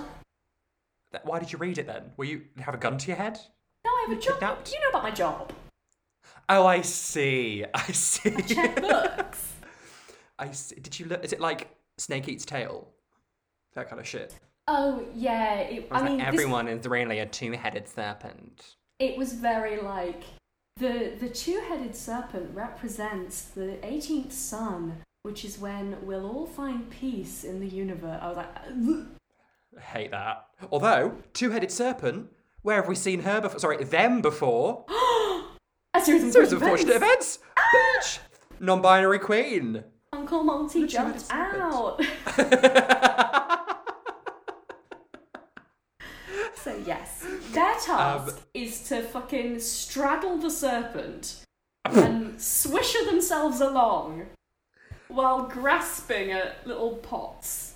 Speaker 1: Th- Why did you read it then? Were you did you have a gun to your head?
Speaker 2: No, I have a job.
Speaker 1: kidnapped?
Speaker 2: You know about my job.
Speaker 1: Oh, I see. I see.
Speaker 2: Check books.
Speaker 1: I see. Did you look? Is it like Snake Eats Tail? That kind of shit.
Speaker 2: Oh yeah. It, I
Speaker 1: It's like,
Speaker 2: mean, this
Speaker 1: everyone is really a two-headed serpent.
Speaker 2: it was very like the the two-headed serpent represents the 18th sun which is when we'll all find peace in the universe i was like "Ugh."
Speaker 1: I hate that. Although two-headed serpent, where have we seen her before? Sorry, them before.
Speaker 2: a series of
Speaker 1: Series of
Speaker 2: unfortunate
Speaker 1: fortunate
Speaker 2: events. Ah!
Speaker 1: events. Bitch. Non-binary queen.
Speaker 2: uncle monty jumped
Speaker 1: two-headed
Speaker 2: out so yes their
Speaker 1: Um,
Speaker 2: task is to fucking straddle the serpent and swisher themselves along while grasping at little pots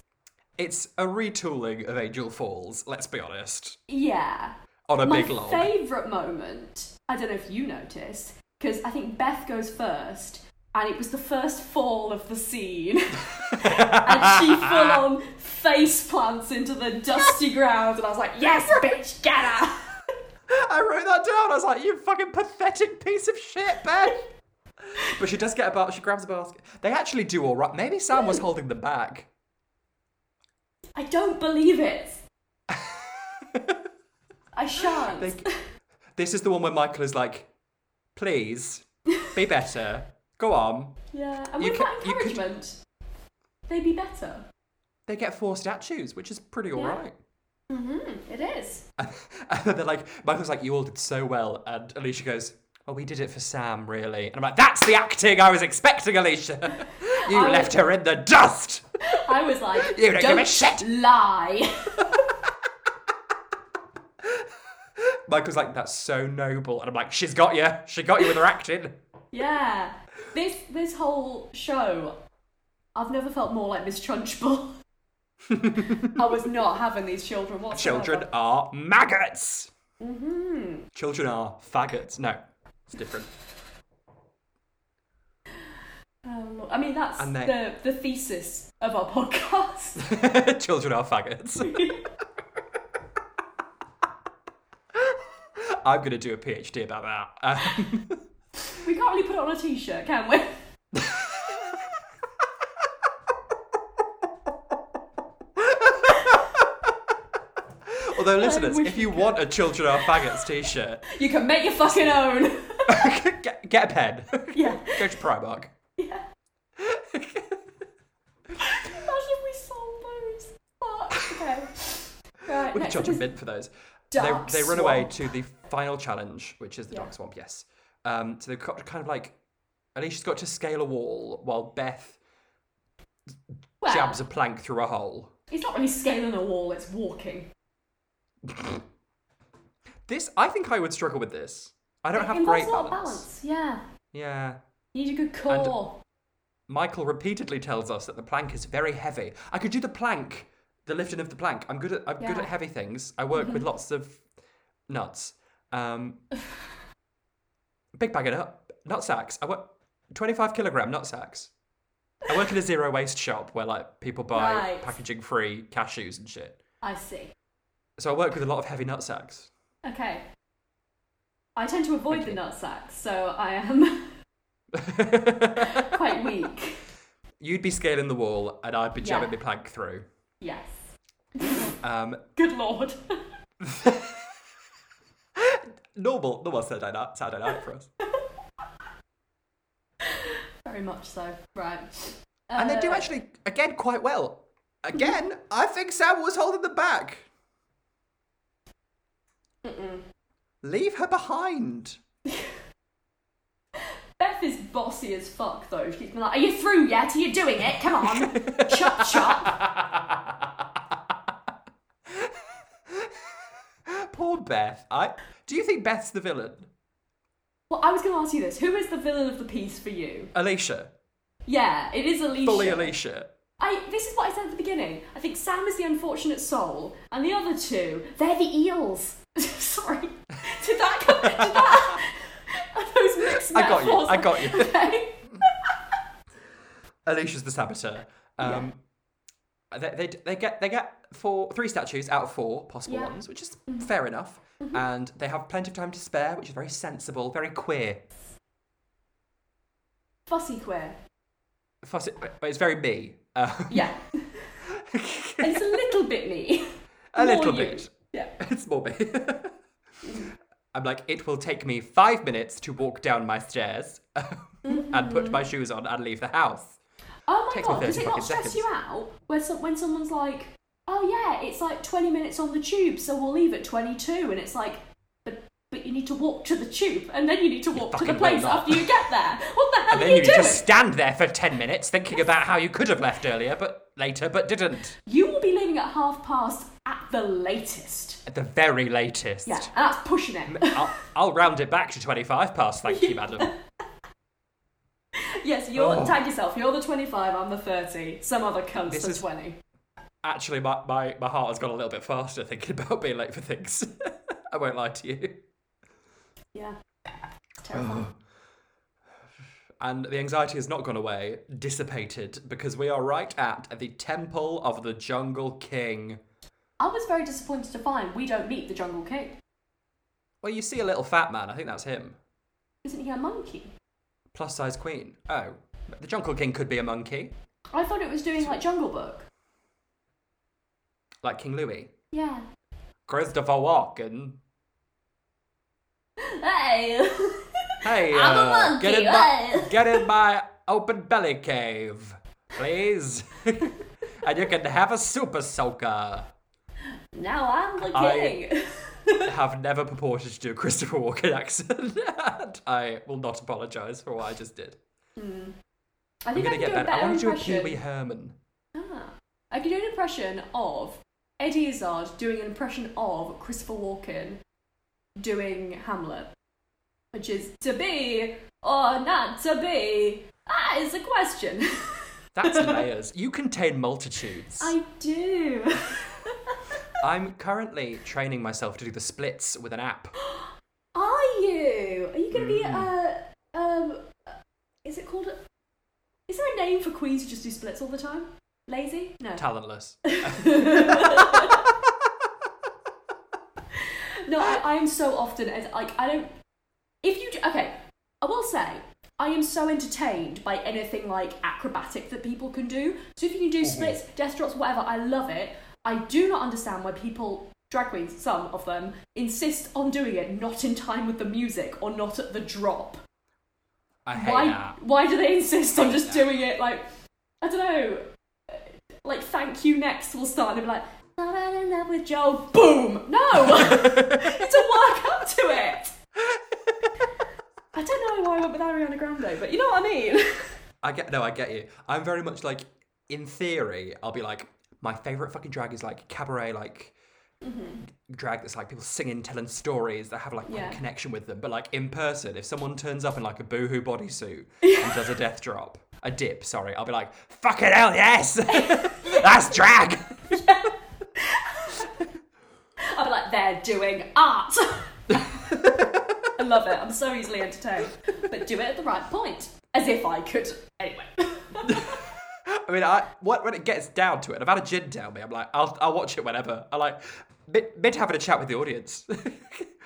Speaker 1: It's a retooling of Angel Falls. Let's be honest.
Speaker 2: yeah
Speaker 1: On a
Speaker 2: My
Speaker 1: big log.
Speaker 2: favourite moment, I don't know if you noticed, because I think Beth goes first, and it was the first fall of the scene. and she full on face plants into the dusty ground, and I was like, yes, bitch, get her!
Speaker 1: I wrote that down. I was like, you fucking pathetic piece of shit, Ben. but she does get a basket. She grabs a basket. They actually do all right. Maybe Sam was holding them back.
Speaker 2: I don't believe it. I shan't.
Speaker 1: They- this is the one where Michael is like, please, be better. Go on.
Speaker 2: yeah, and
Speaker 1: You
Speaker 2: with
Speaker 1: ca-
Speaker 2: that
Speaker 1: you could-
Speaker 2: encouragement, they'd be better.
Speaker 1: They get four statues, which is pretty all
Speaker 2: Yeah.
Speaker 1: right.
Speaker 2: Mm-hmm, it is.
Speaker 1: And then they're like, Michael's like, you all did so well. And Alicia goes, well, we did it for Sam, really. And I'm like, that's the acting I was expecting, Alicia. you
Speaker 2: I-
Speaker 1: left her in the dust.
Speaker 2: I was like,
Speaker 1: You don't give a shit."
Speaker 2: lie.
Speaker 1: Michael's like, that's so noble. And I'm like, she's got you. She got you with her acting.
Speaker 2: Yeah. This this whole show, I've never felt more like Miss Trunchbull. I was not having these children whatsoever.
Speaker 1: Children are maggots. Mm-hmm. Children are faggots. No, it's different.
Speaker 2: Um, I mean, that's
Speaker 1: And
Speaker 2: the,
Speaker 1: they-
Speaker 2: the thesis of our podcast.
Speaker 1: Children are faggots. I'm going to do a PhD about that. Uh,
Speaker 2: we can't really put it on a t-shirt, can we?
Speaker 1: although, listeners,
Speaker 2: wish
Speaker 1: if
Speaker 2: we
Speaker 1: you want a Children are faggots t shirt,
Speaker 2: You can make your fucking own.
Speaker 1: get, get a pen.
Speaker 2: yeah.
Speaker 1: Go to Primark.
Speaker 2: Yeah. Imagine if we sold those. Fuck. Okay. Right,
Speaker 1: We can
Speaker 2: next
Speaker 1: charge a
Speaker 2: up is
Speaker 1: mint for those.
Speaker 2: Dark
Speaker 1: they, they run away
Speaker 2: Swamp.
Speaker 1: to the final challenge, which is the
Speaker 2: Yeah.
Speaker 1: Dark Swamp, yes. Um, so they've got kind of like. Alicia's got to scale a wall while Beth
Speaker 2: well,
Speaker 1: jabs a plank through a hole.
Speaker 2: It's not really scaling a wall, it's walking.
Speaker 1: This, I think I would struggle with this. I don't
Speaker 2: It
Speaker 1: have
Speaker 2: involves
Speaker 1: great
Speaker 2: a lot of
Speaker 1: balance.
Speaker 2: balance. Yeah.
Speaker 1: Yeah.
Speaker 2: You need a good core.
Speaker 1: Michael repeatedly tells us that the plank is very heavy. I could do the plank, the lifting of the plank. I'm good at I'm good
Speaker 2: Yeah.
Speaker 1: at heavy things. I work with lots of nuts. Um, big bag of nut nut sacks. I work 25 kilogram nut sacks. I work in a zero waste shop where like people buy
Speaker 2: Right.
Speaker 1: packaging free cashews and shit.
Speaker 2: I see.
Speaker 1: So I work with a lot of heavy nut sacks.
Speaker 2: Okay. I tend to avoid the nut sacks, so I am quite weak.
Speaker 1: You'd be scaling the wall and I'd be
Speaker 2: Yeah.
Speaker 1: jamming my plank through.
Speaker 2: Yes.
Speaker 1: Um,
Speaker 2: Good lord.
Speaker 1: normal, normal Saturday night, Saturday night for us.
Speaker 2: very much so. Right.
Speaker 1: and they do
Speaker 2: Uh,
Speaker 1: actually, again, quite well. Again, I think Sam was holding them back. Leave her behind.
Speaker 2: Beth is bossy as fuck though. She's been like, "Are you through yet? Are you doing it? Come on, chop chop."
Speaker 1: Poor Beth. I do you think Beth's the villain?
Speaker 2: Well, I was going to ask you this: Who is the villain of the piece for you?
Speaker 1: Alicia.
Speaker 2: Yeah, it is Alicia.
Speaker 1: Fully Alicia.
Speaker 2: I. This is what I said at the beginning. I think Sam is the unfortunate soul, and the other two, they're the eels. Sorry. Did that? Come, did that? Are those mixed
Speaker 1: I got you,
Speaker 2: metaphors?
Speaker 1: I got you.
Speaker 2: Okay.
Speaker 1: Alicia's the saboteur. Um, they, they, they get they get four three statues out of four possible
Speaker 2: Yeah. Mm-hmm.
Speaker 1: ones, which is fair enough. And they have plenty of time to spare, which is very sensible, very queer.
Speaker 2: Fussy queer.
Speaker 1: Fussy, but it's very me. Uh,
Speaker 2: Yeah. it's a little bit me.
Speaker 1: a
Speaker 2: More
Speaker 1: little
Speaker 2: you.
Speaker 1: bit.
Speaker 2: Yeah. Mm-hmm.
Speaker 1: It's more me. I'm like, it will take me five minutes to walk down my stairs and
Speaker 2: Mm-hmm.
Speaker 1: put my shoes on and leave the house.
Speaker 2: Oh my
Speaker 1: Takes me
Speaker 2: god, does
Speaker 1: 30
Speaker 2: it not
Speaker 1: fucking
Speaker 2: stress
Speaker 1: seconds.
Speaker 2: you out when, some, when someone's like, oh yeah, it's like 20 minutes on the tube, so we'll leave at 22, and it's like, but, but you need to walk to the tube, and then you need to walk to the
Speaker 1: fucking
Speaker 2: place
Speaker 1: will not.
Speaker 2: after you get there. What the hell
Speaker 1: And
Speaker 2: are
Speaker 1: then
Speaker 2: Oh, you,
Speaker 1: you
Speaker 2: doing?
Speaker 1: just stand there for ten minutes thinking about how you could have left earlier, but later, but didn't.
Speaker 2: You will be leaving at half past at the latest.
Speaker 1: At the very latest.
Speaker 2: Yeah, and that's pushing it.
Speaker 1: I'll, I'll round it back to 25 past, thank you, madam.
Speaker 2: yes, you're,
Speaker 1: Oh.
Speaker 2: tag yourself, you're the 25, I'm the 30, some other cunt's
Speaker 1: This
Speaker 2: the
Speaker 1: is-
Speaker 2: 20.
Speaker 1: Actually, my, my, my heart has gone a little bit faster thinking about being late for things. I won't lie to you.
Speaker 2: Yeah. Uh-huh. Terrifying.
Speaker 1: And the anxiety has not gone away, dissipated, because we are right at the Temple of the Jungle King.
Speaker 2: I was very disappointed to find we don't meet the Jungle King.
Speaker 1: Well, you see a little fat man, I think that's him.
Speaker 2: Isn't he a monkey?
Speaker 1: Plus size queen. Oh. The Jungle King could be a monkey,
Speaker 2: I thought it was doing like Jungle Book.
Speaker 1: like King Louis.
Speaker 2: Yeah.
Speaker 1: Christopher Walken.
Speaker 2: Hey.
Speaker 1: Hey,
Speaker 2: I'm a
Speaker 1: uh,
Speaker 2: monkey,
Speaker 1: get in my,
Speaker 2: right?
Speaker 1: get in my open belly cave, please, and you can have a super soaker.
Speaker 2: now I'm the
Speaker 1: I-
Speaker 2: king.
Speaker 1: Have never purported to do a Christopher Walken accent, and I will not apologise for what I just did.
Speaker 2: I
Speaker 1: I'm
Speaker 2: think
Speaker 1: gonna
Speaker 2: I can do
Speaker 1: get
Speaker 2: a
Speaker 1: better.
Speaker 2: better
Speaker 1: I want to do a Pee
Speaker 2: impression.
Speaker 1: Wee Herman.
Speaker 2: Ah. I can do an impression of Eddie Izzard doing an impression of Christopher Walken doing Hamlet, which is to be or not to be. That is a question.
Speaker 1: That's layers. You contain multitudes.
Speaker 2: I do.
Speaker 1: I'm currently training myself to do the splits with an app.
Speaker 2: Are you? Are you going to be uh um? Is it called? A, is there a name for queens who just do splits all the time? Lazy? No.
Speaker 1: Talentless.
Speaker 2: no, I, I am so often as like I don't. If you do, okay, I will say I am so entertained by anything like acrobatic that people can do. So if you can do splits, death drops, whatever, I love it. I do not understand why people. Drag queens, some of them, insist on doing it not in time with the music or not at the drop
Speaker 1: I hate
Speaker 2: why
Speaker 1: that.
Speaker 2: why do they insist on
Speaker 1: Hate
Speaker 2: just
Speaker 1: that.
Speaker 2: doing it like I don't know like thank you next will start and they'll be like I'm out in love with Joel boom no to work up to it I don't know why I went with Ariana Grande but you know what I mean
Speaker 1: I get no, I get you. I'm very much like in theory, I'll be like my favorite fucking drag is like cabaret, like drag that's like people singing, telling stories that have like
Speaker 2: Yeah.
Speaker 1: a connection with them. But like in person, if someone turns up in like a boohoo bodysuit and does a death drop, a dip, sorry, I'll be like fucking hell, yes, that's drag.
Speaker 2: I'd be like they're doing art I love it I'm so easily entertained but do it at the right point as if I could anyway
Speaker 1: I mean, I what when it gets down to it, I've had a gin down me. I'm like, I'll I'll watch it whenever. I like mid, mid having a chat with the audience.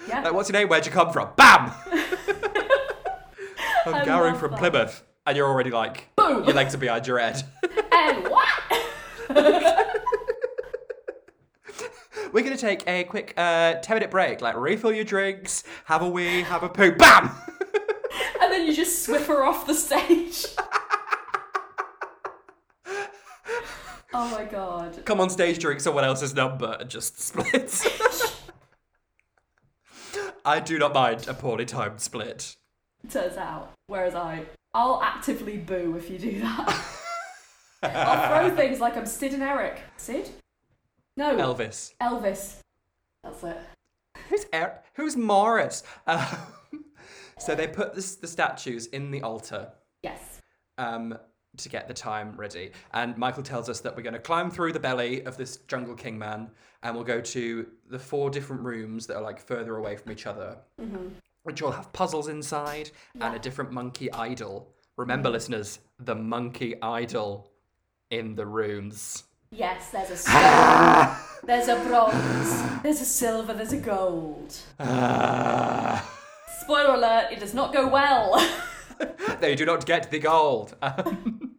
Speaker 2: Yeah.
Speaker 1: Like, what's your name? Where'd you come from? Bam. I'm
Speaker 2: I
Speaker 1: Gary
Speaker 2: love
Speaker 1: from
Speaker 2: that.
Speaker 1: Plymouth, and you're already like,
Speaker 2: Boom.
Speaker 1: your legs are behind your head.
Speaker 2: and what
Speaker 1: We're gonna take a quick uh, ten minute break. Like, refill your drinks, have a wee, have a poo. Bam.
Speaker 2: and then you just swiffer off the stage Oh my god.
Speaker 1: Come on stage during someone else's number and just splits. I do not mind a poorly timed split.
Speaker 2: Turns out. Whereas I, I'll actively boo if you do that. I'll throw things like I'm Sid and Eric. Sid? No.
Speaker 1: Elvis.
Speaker 2: Elvis. That's it.
Speaker 1: Who's er- Who's Morris? Um, so they put this, the statues in the altar
Speaker 2: Yes.
Speaker 1: um, to get the time ready. And Michael tells us that we're going to climb through the belly of this jungle king man and we'll go to the four different rooms that are like further away from each other, which will have puzzles inside and a different monkey idol. Remember, listeners, the monkey idol in the rooms.
Speaker 2: Yes, there's a stone. there's a bronze. There's a silver. There's a gold.
Speaker 1: Ah.
Speaker 2: Spoiler alert, it does not go well.
Speaker 1: they do not get the gold. Um,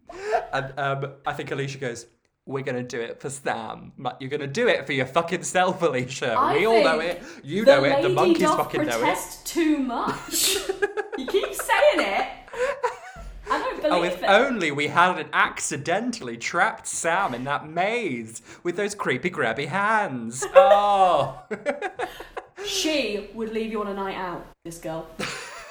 Speaker 1: and um, I think Alicia goes, We're going to do it for Sam. I'm Like, you're going to do it for your fucking self, Alicia.
Speaker 2: I
Speaker 1: we all know
Speaker 2: think
Speaker 1: it. You know it. The
Speaker 2: lady
Speaker 1: monkeys
Speaker 2: doth
Speaker 1: fucking know it.
Speaker 2: protest too much. you keep saying it. I don't believe
Speaker 1: Oh, if
Speaker 2: it.
Speaker 1: only we hadn't accidentally trapped Sam in that maze with those creepy, grabby hands. Oh.
Speaker 2: She would leave you on a night out, this girl.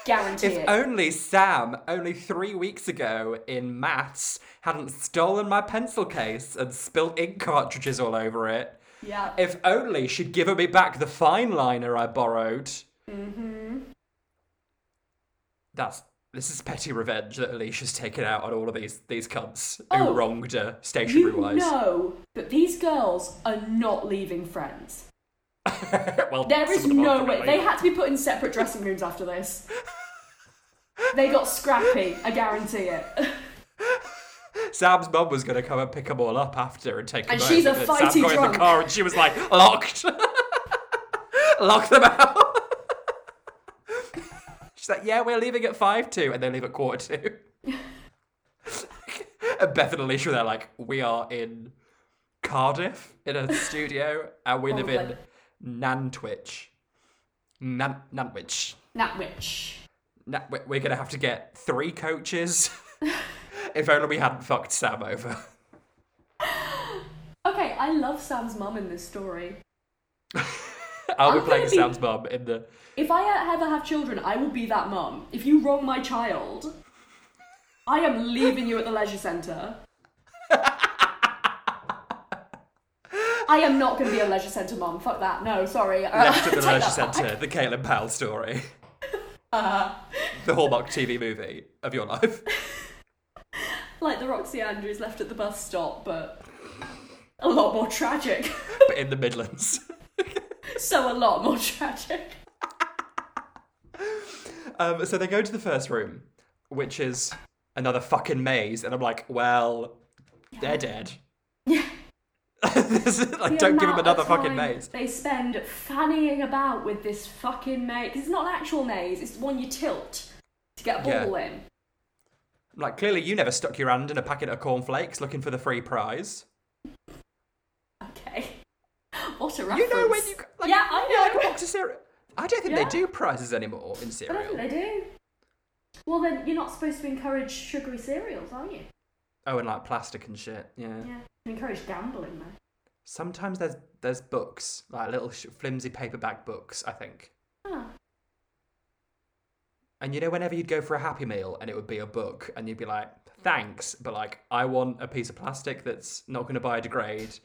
Speaker 2: Guarantee
Speaker 1: If
Speaker 2: it.
Speaker 1: only Sam, only three weeks ago in maths, hadn't stolen my pencil case and spilled ink cartridges all over it.
Speaker 2: yeah.
Speaker 1: If only she'd given me back the fine liner I borrowed. Mm-hmm. That's this is petty revenge that Alicia's taken out on all of these these cunts who
Speaker 2: Oh.
Speaker 1: wronged her stationary
Speaker 2: you
Speaker 1: wise.
Speaker 2: know that these girls are not leaving friends.
Speaker 1: well,
Speaker 2: There
Speaker 1: some
Speaker 2: is
Speaker 1: of them
Speaker 2: no
Speaker 1: are,
Speaker 2: way.
Speaker 1: really.
Speaker 2: They had to be put in separate dressing rooms after this. They got scrappy, I guarantee it.
Speaker 1: Sam's mum was going to come and pick them all up after and take them
Speaker 2: And
Speaker 1: home,
Speaker 2: she's a
Speaker 1: then
Speaker 2: fighty
Speaker 1: Sam got in
Speaker 2: drunk.
Speaker 1: the car and she was like locked, lock them out. she's like, yeah, we're leaving at five two, and they leave at quarter two. and Beth and Alicia, they're like, we are in Cardiff in a studio, and we live in
Speaker 2: Probably.
Speaker 1: Nantwich, Nan- Nantwich.
Speaker 2: Nat Witch.
Speaker 1: No, we- we're gonna have to get three coaches. if only we hadn't fucked Sam over.
Speaker 2: Okay, I love Sam's mum in this story.
Speaker 1: I'll
Speaker 2: I'm
Speaker 1: be playing
Speaker 2: gonna be-
Speaker 1: Sam's mum in the.
Speaker 2: If I ever have children, I will be that mum. If you wrong my child, I am leaving you at the leisure centre. I am not going to be a leisure centre mum. Fuck that. No, sorry. Uh,
Speaker 1: Left at the
Speaker 2: take
Speaker 1: leisure
Speaker 2: that Uh-huh. back.
Speaker 1: centre, the Caitlin Powell story. the Hallmark TV movie of your life.
Speaker 2: Like the Roxy Andrews left at the bus stop, but a lot more tragic.
Speaker 1: But in the Midlands.
Speaker 2: so a lot more tragic.
Speaker 1: Um, so they go to the first room, which is another fucking maze, and I'm like, well, they're dead.
Speaker 2: Yeah.
Speaker 1: This is- like,
Speaker 2: The
Speaker 1: don't give
Speaker 2: amount
Speaker 1: them
Speaker 2: of
Speaker 1: another fucking
Speaker 2: time
Speaker 1: maze.
Speaker 2: They spend fannying about with this fucking maze. 'Cause It's not an actual maze, it's one you tilt to get a
Speaker 1: Yeah.
Speaker 2: ball in.
Speaker 1: I'm like, clearly you never stuck your hand in a packet of cornflakes looking for the free prize.
Speaker 2: Okay. What a
Speaker 1: You
Speaker 2: reference.
Speaker 1: know when you like,
Speaker 2: Yeah, I know.
Speaker 1: like a box of cereal. I don't think
Speaker 2: Yeah.
Speaker 1: they do prizes anymore in
Speaker 2: But I think
Speaker 1: cereal.
Speaker 2: they do. Well, then you're not supposed to encourage sugary cereals, are you?
Speaker 1: Oh, and like plastic and shit. Yeah.
Speaker 2: Yeah. You encourage gambling, though.
Speaker 1: Sometimes there's there's books like little sh- flimsy paperback books. I think.
Speaker 2: Huh.
Speaker 1: And you know, whenever you'd go for a Happy Meal and it would be a book, and you'd be like, "Thanks," but like, I want a piece of plastic that's not going to biodegrade,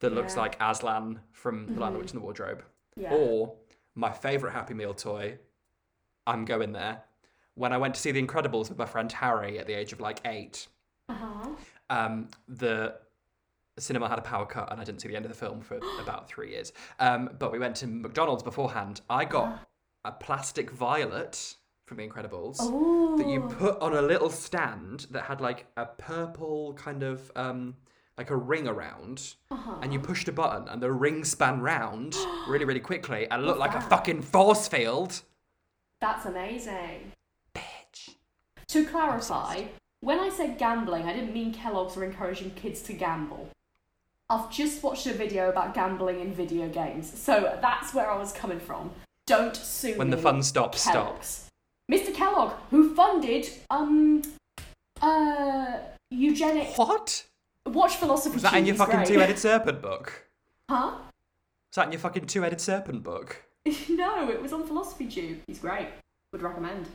Speaker 1: that looks
Speaker 2: Yeah. Mm-hmm.
Speaker 1: like Aslan from The Lion, the Witch, and the Wardrobe.
Speaker 2: Yeah.
Speaker 1: Or my favourite Happy Meal toy, I'm going there. When I went to see The Incredibles with my friend Harry at the age of like eight,
Speaker 2: Uh-huh.
Speaker 1: um, the cinema had a power cut and I didn't see the end of the film for about three years. Um, but we went to McDonald's beforehand. I got a plastic violet from The Incredibles
Speaker 2: Ooh.
Speaker 1: that you put on a little stand that had like a purple kind of um like a ring around
Speaker 2: Uh-huh.
Speaker 1: and you pushed a button and the ring span round really really quickly and looked like a
Speaker 2: that?
Speaker 1: fucking force field
Speaker 2: That's amazing.
Speaker 1: bitch
Speaker 2: To clarify, when I said gambling, I didn't mean Kellogg's are encouraging kids to gamble. I've just watched a video about gambling in video games, so that's where I was coming from. Don't sue
Speaker 1: when the
Speaker 2: me,
Speaker 1: fun stops stops
Speaker 2: Kellogg's. Mr. Kellogg, who funded um uh eugenic
Speaker 1: what
Speaker 2: Watch Philosophy
Speaker 1: Was that in your
Speaker 2: Cheese,
Speaker 1: fucking
Speaker 2: right.
Speaker 1: two-headed serpent book?
Speaker 2: Huh?
Speaker 1: Was that in your fucking two-headed serpent book?
Speaker 2: no, it was on Philosophy Tube. He's great. Would recommend.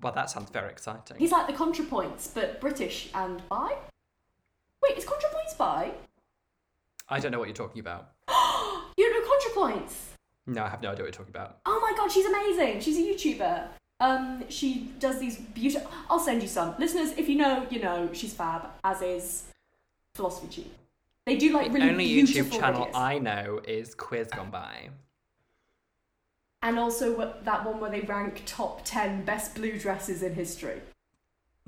Speaker 1: Well, that sounds very exciting.
Speaker 2: He's like the ContraPoints, but British and bi. Wait, is ContraPoints bi?
Speaker 1: I don't know what you're talking about.
Speaker 2: You don't know ContraPoints?
Speaker 1: No, I have no idea what you're talking about.
Speaker 2: Oh my god, she's amazing. She's a YouTuber. Um, she does these beautiful. I'll send you some listeners. If you know, you know. She's fab. As is Philosophy Tube. They do like really
Speaker 1: Only YouTube
Speaker 2: beautiful
Speaker 1: channel
Speaker 2: videos.
Speaker 1: I know is Quiz Gone By.
Speaker 2: and also wh- that one where they rank top 10 best blue dresses in history.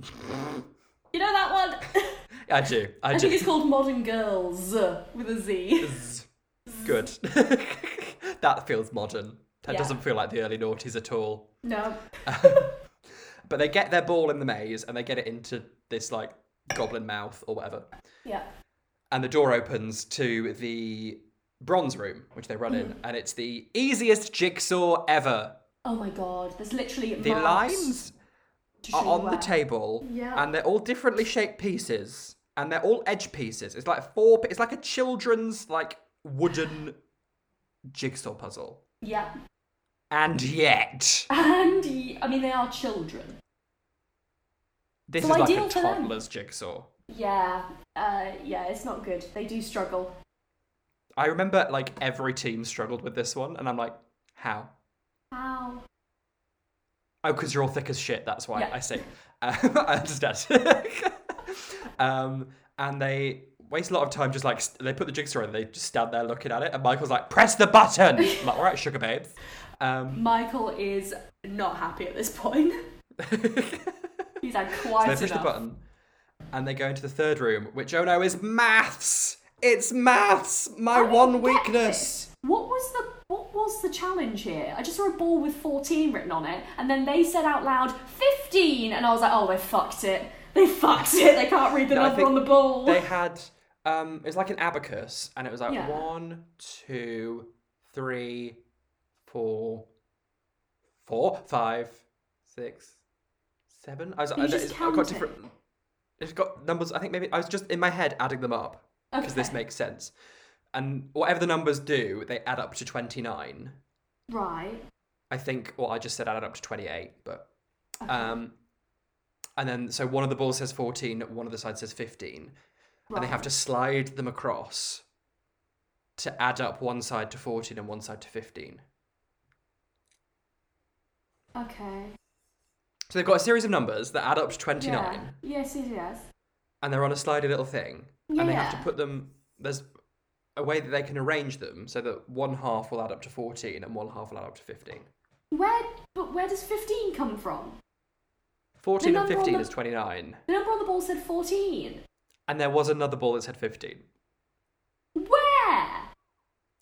Speaker 2: you know that one?
Speaker 1: I do. I,
Speaker 2: I
Speaker 1: do.
Speaker 2: think it's called Modern Girls with a Z.
Speaker 1: Good. that feels modern. That
Speaker 2: Yeah.
Speaker 1: doesn't feel like the early noughties at all.
Speaker 2: No.
Speaker 1: But they get their ball in the maze and they get it into this like goblin mouth or whatever.
Speaker 2: Yeah.
Speaker 1: And the door opens to the bronze room, which they run
Speaker 2: Mm.
Speaker 1: in, and it's the easiest jigsaw ever.
Speaker 2: Oh my god. There's literally
Speaker 1: The lines are on the table
Speaker 2: Yeah.
Speaker 1: and they're all differently shaped pieces and they're all edge pieces it's like four pi- it's like a children's like wooden jigsaw puzzle
Speaker 2: Yeah.
Speaker 1: and yet
Speaker 2: And y- I mean they are children.
Speaker 1: this
Speaker 2: So
Speaker 1: is like
Speaker 2: ideal
Speaker 1: a
Speaker 2: for them.
Speaker 1: toddler's jigsaw
Speaker 2: Yeah. Uh, yeah. It's not good. They do struggle.
Speaker 1: i remember like every team struggled with this one and i'm like how
Speaker 2: How?
Speaker 1: Oh, because you're all thick as shit. That's why
Speaker 2: Yeah.
Speaker 1: I see. Uh, I understand. um, and they waste a lot of time just like st- they put the jigsaw in. They just stand there looking at it, and Michael's like, "Press the button." I'm like, all right, sugar babes. Um,
Speaker 2: Michael is not happy at this point.
Speaker 1: so they
Speaker 2: He's had quite
Speaker 1: push the
Speaker 2: enough.
Speaker 1: button, and they go into the third room, which oh no, is maths. It's maths. My
Speaker 2: didn't
Speaker 1: one
Speaker 2: get
Speaker 1: weakness.
Speaker 2: What was the what was the challenge here? I just saw a ball with 14 written on it, and then they said out loud 15, and I was like, oh, they fucked it. They fucked it. They can't read the
Speaker 1: No, I
Speaker 2: number
Speaker 1: think
Speaker 2: on the ball.
Speaker 1: They had um, it was like an abacus, and it was like
Speaker 2: Yeah.
Speaker 1: one, two, three, four, four, five, six, seven. I was, I,
Speaker 2: you just
Speaker 1: it's- I've got
Speaker 2: count it.
Speaker 1: different. It's got numbers. I think maybe I was just in my head adding them up because this
Speaker 2: Okay.
Speaker 1: makes sense. And whatever the numbers do, they add up to twenty nine.
Speaker 2: Right.
Speaker 1: I think well, I just said added up to 28, but um and then so one of the balls says 14, one of the sides says 15. And they have to slide them across to add up one side to 14 and one side to 15.
Speaker 2: Okay.
Speaker 1: So they've got a series of numbers that add up to 29
Speaker 2: Yeah. Yes, yes, yes.
Speaker 1: and they're on a slidey little thing and they have to
Speaker 2: Yeah.
Speaker 1: put them there's a way that they can arrange them so that one half will add up to 14 and one half will add up to 15.
Speaker 2: Where but where does 15 come from?
Speaker 1: 14 and
Speaker 2: number on
Speaker 1: 15
Speaker 2: the-
Speaker 1: is 29.
Speaker 2: The number on the ball said 14.
Speaker 1: And there was another ball that said 15.
Speaker 2: Where?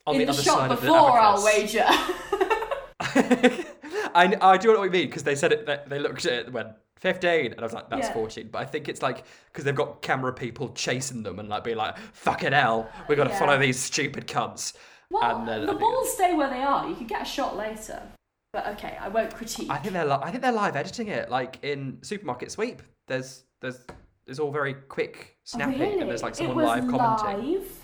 Speaker 1: on
Speaker 2: In
Speaker 1: the,
Speaker 2: the,
Speaker 1: other
Speaker 2: shop
Speaker 1: side of the
Speaker 2: before, I'll
Speaker 1: abacus.
Speaker 2: wager.
Speaker 1: I, I do know what we mean because they said it. They, they looked at it when fifteen, and I was like, "That's
Speaker 2: Yeah.
Speaker 1: 14. But I think it's like because they've got camera people chasing them and like being like, "Fucking hell, we got to
Speaker 2: Yeah.
Speaker 1: follow these stupid cunts."
Speaker 2: well,
Speaker 1: And then I
Speaker 2: the
Speaker 1: think-
Speaker 2: balls stay where they are. You can get a shot later. But okay, I won't critique.
Speaker 1: I think they're li- I think they're live editing it like in Supermarket Sweep. There's there's it's all very quick, snappy,
Speaker 2: Oh, really?
Speaker 1: and there's like someone
Speaker 2: it was
Speaker 1: live commenting.
Speaker 2: live?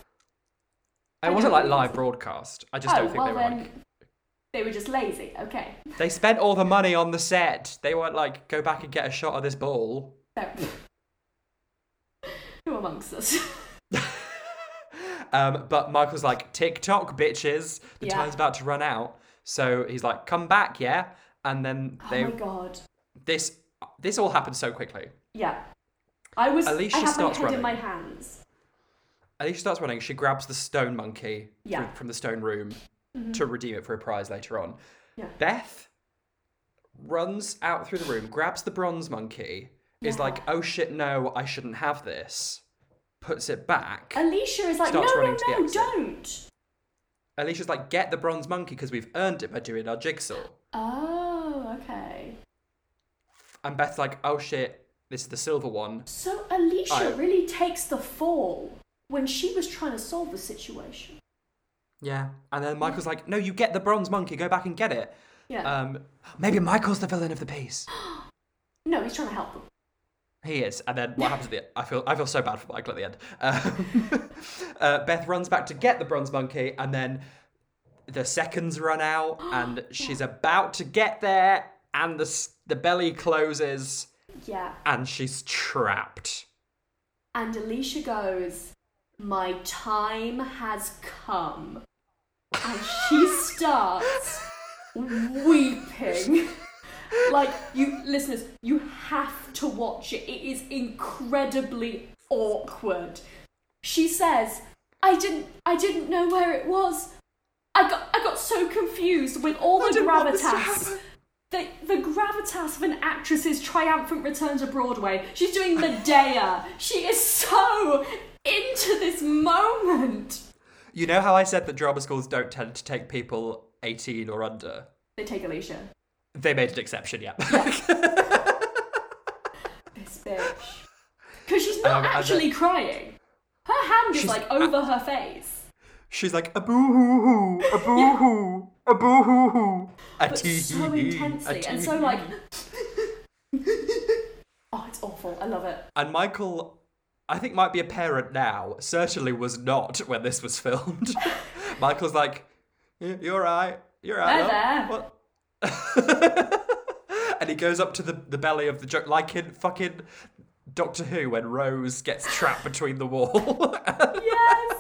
Speaker 1: It wasn't like
Speaker 2: don't
Speaker 1: live
Speaker 2: think-
Speaker 1: broadcast. I just
Speaker 2: Oh,
Speaker 1: don't think
Speaker 2: well
Speaker 1: they were
Speaker 2: then-
Speaker 1: like
Speaker 2: They were just lazy. Okay.
Speaker 1: they spent all the money on the set. They weren't like go back and get a shot of this ball.
Speaker 2: Fair. Who amongst us? Oh
Speaker 1: Um, but Michael's like, TikTok, bitches. The
Speaker 2: Yeah.
Speaker 1: time's about to run out. So he's like, come back, yeah? And then they
Speaker 2: Oh my god.
Speaker 1: this this all happened so quickly.
Speaker 2: Yeah. I was.
Speaker 1: Alicia
Speaker 2: I had my
Speaker 1: starts
Speaker 2: head
Speaker 1: running.
Speaker 2: in my hands.
Speaker 1: Alicia starts running, she grabs the stone monkey fr-
Speaker 2: Yeah. Mm-hmm.
Speaker 1: from the stone room to redeem it for a prize later on.
Speaker 2: Yeah.
Speaker 1: Beth runs out through the room, grabs the bronze monkey, is
Speaker 2: Yeah.
Speaker 1: like, oh shit, no, I shouldn't have this. Puts it back.
Speaker 2: Alicia is like, no,
Speaker 1: Starts
Speaker 2: no,
Speaker 1: running to the
Speaker 2: no,
Speaker 1: exit.
Speaker 2: don't.
Speaker 1: Alicia's like, get the bronze monkey because we've earned it by doing our jigsaw.
Speaker 2: Oh, okay.
Speaker 1: And Beth's like, oh shit, this is the silver one.
Speaker 2: So Alicia
Speaker 1: I-
Speaker 2: really takes the fall when she was trying to solve the situation.
Speaker 1: Yeah. And then Michael's like, no, you get the bronze monkey, go back and get it.
Speaker 2: Yeah.
Speaker 1: Uh, Um, maybe Michael's the villain of the piece.
Speaker 2: no, he's trying to help them.
Speaker 1: He is, and then what happens at the end? I feel I feel so bad for Michael at the end. Um, uh, Beth runs back to get the bronze monkey, and then the seconds run out, and she's about to get there, and the s- the belly closes,
Speaker 2: Yeah.
Speaker 1: and she's trapped.
Speaker 2: And Alicia goes, My time has come. And she starts weeping. Like, you listeners, you have to watch it. It is incredibly awkward. She says, I didn't I didn't know where it was. I got I got so confused with all the
Speaker 1: didn't want this to
Speaker 2: gravitas.
Speaker 1: happen.
Speaker 2: The, the gravitas of an actress's triumphant return to Broadway. She's doing Medea. she is so into this moment.
Speaker 1: You know how I said that drama schools don't tend to take people eighteen or under.
Speaker 2: They take Alicia.
Speaker 1: They made an exception, yeah.
Speaker 2: This bitch. Because she's not
Speaker 1: Um, and
Speaker 2: actually crying. Her hand is
Speaker 1: She's-
Speaker 2: like over her face.
Speaker 1: she's like a boo hoo hoo, a boo hoo, a boo hoo hoo, a
Speaker 2: But
Speaker 1: tee
Speaker 2: so
Speaker 1: hee hee, E a
Speaker 2: intensely. And
Speaker 1: tee
Speaker 2: so,
Speaker 1: hee
Speaker 2: like.
Speaker 1: hee.
Speaker 2: oh, it's awful. I love it.
Speaker 1: And Michael, I think, might be a parent now, certainly was not when this was filmed. Michael's like, "Y- You're right, you're right.
Speaker 2: Hi
Speaker 1: and he goes up to the, the belly of the joke, like in fucking Doctor Who when Rose gets trapped between the wall.
Speaker 2: Yes!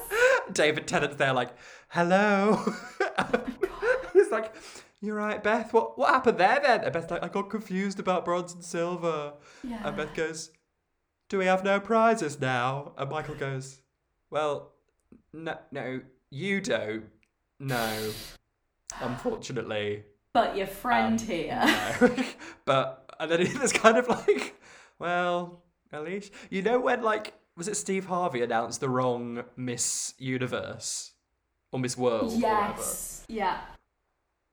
Speaker 1: David Tennant's there, like, Hello. He's like, You're right, Beth. What what happened there then? And Beth's like, I got confused about bronze and silver.
Speaker 2: Yeah.
Speaker 1: And Beth goes, Do we have no prizes now? And Michael goes, Well, no, no, you don't. No, unfortunately.
Speaker 2: But your
Speaker 1: Um,
Speaker 2: friend here.
Speaker 1: No. but, and then it's kind of like, Well, Alicia. You know when, like, was it Steve Harvey announced the wrong Miss Universe or Miss World? Or whatever?
Speaker 2: Yes. Yeah.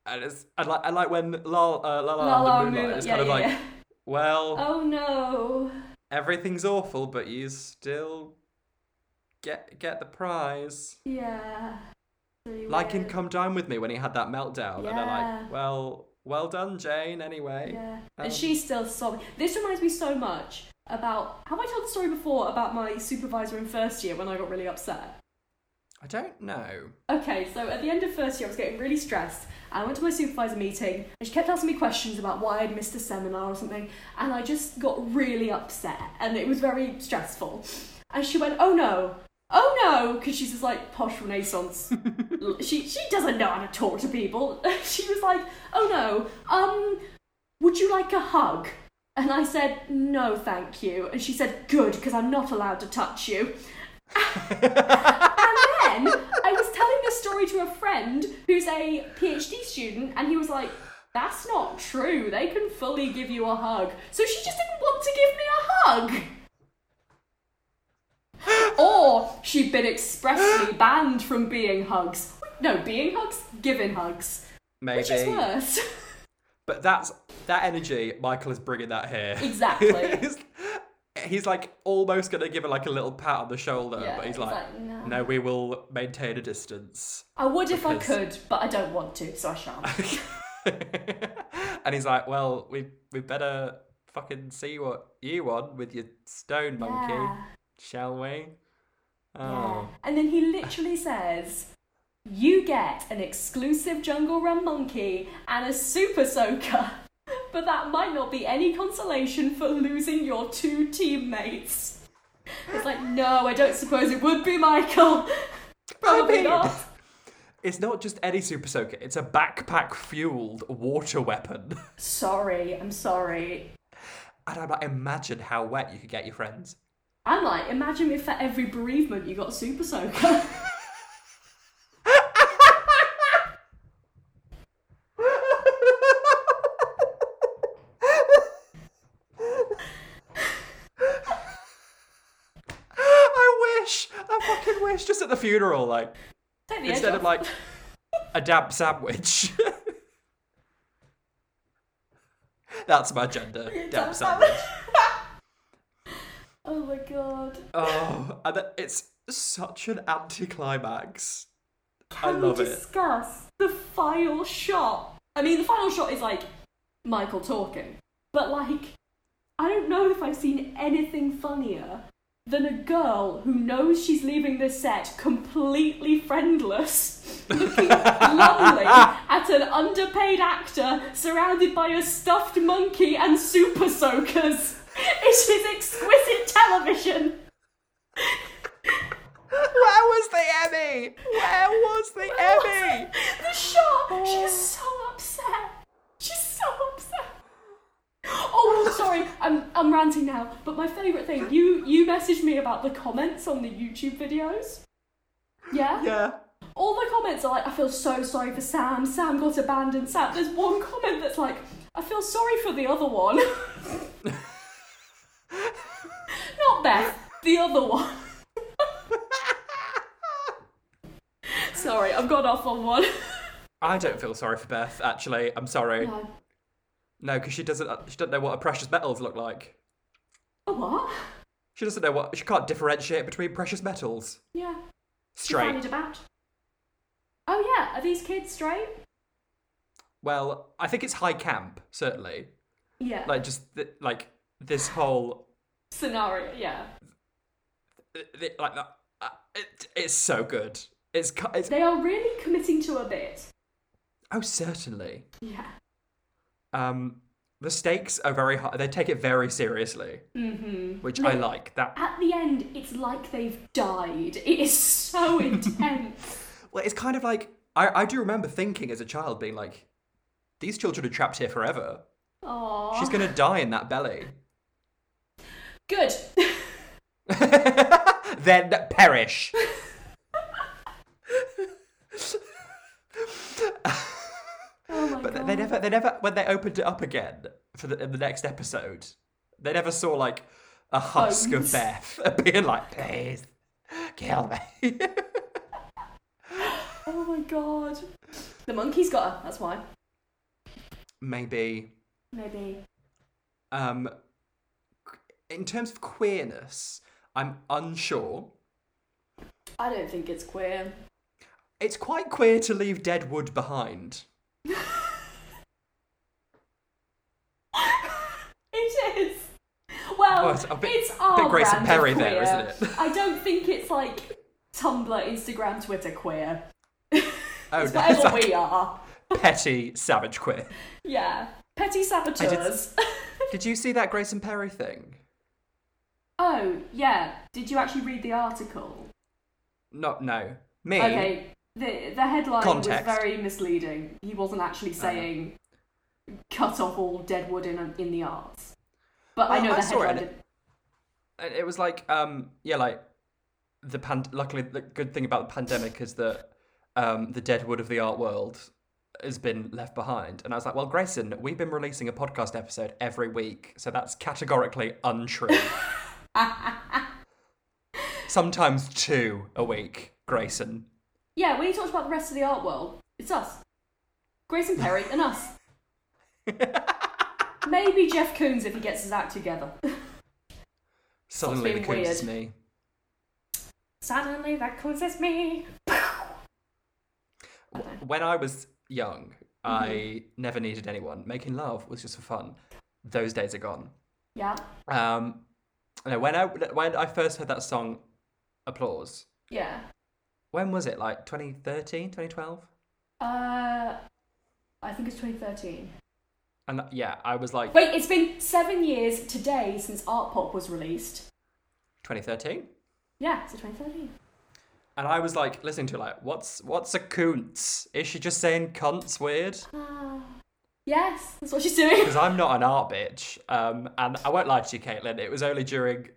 Speaker 1: And it's, I like, I like when La uh, La La,
Speaker 2: La La
Speaker 1: Land and Moonlight,
Speaker 2: Moonlight,
Speaker 1: it's
Speaker 2: yeah,
Speaker 1: kind of
Speaker 2: yeah,
Speaker 1: like,
Speaker 2: yeah.
Speaker 1: Well,
Speaker 2: Oh no.
Speaker 1: everything's awful, but you still get get the prize.
Speaker 2: Yeah. Really
Speaker 1: Like in
Speaker 2: weird.
Speaker 1: Come Down With Me when he had that meltdown, and they're
Speaker 2: Yeah.
Speaker 1: like, well, well done, Jane, anyway.
Speaker 2: Yeah.
Speaker 1: Um,
Speaker 2: and she's still sobbing. This reminds me so much about. Have I told the story before about my supervisor in first year when I got really upset?
Speaker 1: I don't know.
Speaker 2: Okay, so at the end of first year, I was getting really stressed. I went to my supervisor meeting, and she kept asking me questions about why I'd missed a seminar or something, and I just got really upset, and it was very stressful. And she went, "Oh no, oh no," because she's this like posh Renaissance. l- she she doesn't know how to talk to people. she was like, "Oh no, um, would you like a hug?" And I said, "No, thank you." And she said, "Good, because I'm not allowed to touch you." And then I was telling this story to a friend who's a PhD student, and he was like, That's not true. They can fully give you a hug. So she just didn't want to give me a hug. Or she'd been expressly banned from being hugs. No, being hugs, giving hugs. Which is
Speaker 1: Maybe.
Speaker 2: worse.
Speaker 1: But that's that energy, Michael is bringing that here.
Speaker 2: Exactly.
Speaker 1: he's, he's like almost going to give her like a little pat on the shoulder,
Speaker 2: Yeah,
Speaker 1: but he's
Speaker 2: he's
Speaker 1: like,
Speaker 2: like, no.
Speaker 1: no, we will maintain a distance.
Speaker 2: I would if I
Speaker 1: Because-
Speaker 2: could, but I don't want to, so I shan't.
Speaker 1: and he's like, "Well, we we better fucking see what you want with your stone monkey,
Speaker 2: Yeah.
Speaker 1: shall we?"
Speaker 2: Yeah.
Speaker 1: Oh,
Speaker 2: And then he literally says, You get an exclusive Jungle Run monkey and a super soaker. But that might not be any consolation for losing your two teammates. It's like, no, I don't suppose it would be Michael. Probably
Speaker 1: Maybe.
Speaker 2: not.
Speaker 1: It's not just any super soaker; it's a backpack fueled water weapon.
Speaker 2: Sorry, I'm sorry.
Speaker 1: and I'm like, imagine how wet you could get your friends.
Speaker 2: I'm like, imagine if for every bereavement you got a super soaker.
Speaker 1: I wish, I fucking wish, just at the funeral, like
Speaker 2: Take the edge
Speaker 1: instead of
Speaker 2: off.
Speaker 1: like a damp sandwich. That's my gender. Damp sandwich.
Speaker 2: oh my god.
Speaker 1: Oh, and that- it's such an anticlimax.
Speaker 2: Can
Speaker 1: love
Speaker 2: we
Speaker 1: it.
Speaker 2: discuss the final shot? I mean, the final shot is like Michael talking, but like I don't know if I've seen anything funnier than a girl who knows she's leaving the set completely friendless, looking lovely at an underpaid actor surrounded by a stuffed monkey and super soakers. It is exquisite television.
Speaker 1: Where was the Emmy? Where was the Emmy?
Speaker 2: the shot. She's so upset. She's so upset. Oh, I'm sorry. I'm I'm ranting now. But my favourite thing, you you messaged me about the comments on the YouTube videos. Yeah.
Speaker 1: Yeah.
Speaker 2: All the comments are like, I feel so sorry for Sam. Sam got abandoned. Sam. There's one comment that's like, I feel sorry for the other one. Not Beth. The other one. sorry, I've gone off on one.
Speaker 1: I don't feel sorry for Beth. Actually, I'm sorry.
Speaker 2: No.
Speaker 1: No, because she doesn't. She doesn't know what her precious metals look like.
Speaker 2: A what?
Speaker 1: She doesn't know what. She can't differentiate between precious metals.
Speaker 2: Yeah. She
Speaker 1: Straight.
Speaker 2: Bandied about. Oh yeah, are these kids straight?
Speaker 1: Well, I think it's high camp certainly.
Speaker 2: Yeah.
Speaker 1: Like just th- like this whole
Speaker 2: Scenario. Yeah.
Speaker 1: th- th- like that. uh, It, it's so good. It's cu- it's
Speaker 2: They are really committing to a bit.
Speaker 1: oh certainly.
Speaker 2: Yeah.
Speaker 1: Um, the stakes are very high. They take it very seriously,
Speaker 2: Mm-hmm.
Speaker 1: which I like. That
Speaker 2: At the end, it's like they've died. It is so intense.
Speaker 1: well, it's kind of like I I do remember thinking as a child being like, these children are trapped here forever.
Speaker 2: Oh.
Speaker 1: She's gonna die in that belly.
Speaker 2: Good.
Speaker 1: then perish.
Speaker 2: Oh my
Speaker 1: But they-
Speaker 2: god.
Speaker 1: they never, they never, when they opened it up again for the, in the next episode, they never saw like a husk
Speaker 2: Bones.
Speaker 1: of Beth being like, please kill me.
Speaker 2: Oh my god. The monkey's got her. That's why.
Speaker 1: Maybe,
Speaker 2: Maybe.
Speaker 1: um, in terms of queerness, I'm unsure.
Speaker 2: I don't think it's queer.
Speaker 1: It's quite queer to leave dead wood behind.
Speaker 2: It is. Well,
Speaker 1: Oh, it's a bit-
Speaker 2: it's our
Speaker 1: bit Grace
Speaker 2: brand
Speaker 1: and Perry
Speaker 2: of queer.
Speaker 1: there, isn't it?
Speaker 2: I don't think it's like Tumblr, Instagram, Twitter queer.
Speaker 1: Oh,
Speaker 2: It's
Speaker 1: no,
Speaker 2: whatever
Speaker 1: it's like
Speaker 2: we are.
Speaker 1: petty savage queer.
Speaker 2: Yeah, petty saboteurs.
Speaker 1: Did you see that Grace and Perry thing?
Speaker 2: oh yeah. Did you actually read the article?
Speaker 1: Not no. Me.
Speaker 2: Okay. The the headline
Speaker 1: Context. Uh-huh.
Speaker 2: was very misleading. He wasn't actually saying cut off all dead wood in in the arts. But I
Speaker 1: Well,
Speaker 2: know
Speaker 1: I
Speaker 2: the
Speaker 1: saw it
Speaker 2: headline.
Speaker 1: and
Speaker 2: did-
Speaker 1: And it was like um yeah like the pand- luckily the good thing about the pandemic is that um the dead wood of the art world has been left behind and i was like well grayson we've been releasing a podcast episode every week so that's categorically untrue sometimes two a week grayson
Speaker 2: Yeah, when he talks about the rest of the art world, it's us. Grace and Perry and us. Maybe Jeff Koons if he gets his act together.
Speaker 1: suddenly the
Speaker 2: being
Speaker 1: coons is me
Speaker 2: Suddenly that causes me. Okay.
Speaker 1: when I was young, I never needed anyone. Making love was just for fun. Those days are gone.
Speaker 2: Yeah,
Speaker 1: Um, no, when I when I first heard that song, applause.
Speaker 2: yeah.
Speaker 1: When was it? Like 2013, 2012?
Speaker 2: Uh, I think it's 2013.
Speaker 1: And yeah, I was like
Speaker 2: Wait, it's been seven years today since Art Pop was released.
Speaker 1: 2013,
Speaker 2: Yeah, so 2013.
Speaker 1: and I was like listening to it, like, what's what's a coons? Is she just saying cunts weird?
Speaker 2: Ah. yes, that's what she's doing.
Speaker 1: Because I'm not an art bitch. Um, and I won't lie to you, Caitlin. It was only during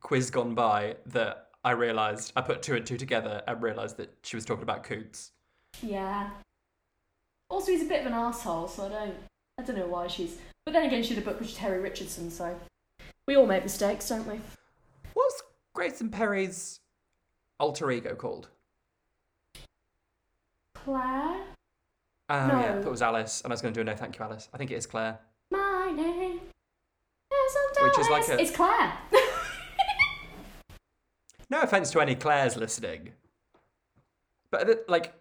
Speaker 1: quiz gone by that I realised I put two and two together and realised that she was talking about coots.
Speaker 2: yeah. Also, he's a bit of an asshole, so I don't, I don't know why she's. But then again, she'd have booked with Terry Richardson, so we all make mistakes, don't we?
Speaker 1: What's Grayson Perry's alter ego called?
Speaker 2: Claire,
Speaker 1: Oh yeah, I
Speaker 2: No.
Speaker 1: thought it was Alice, and I was going to do a no thank you, Alice. I think it is Claire.
Speaker 2: my name. is
Speaker 1: Which is
Speaker 2: Adonis.
Speaker 1: like a-
Speaker 2: It's Claire.
Speaker 1: No offense to any Claires listening, but th- like,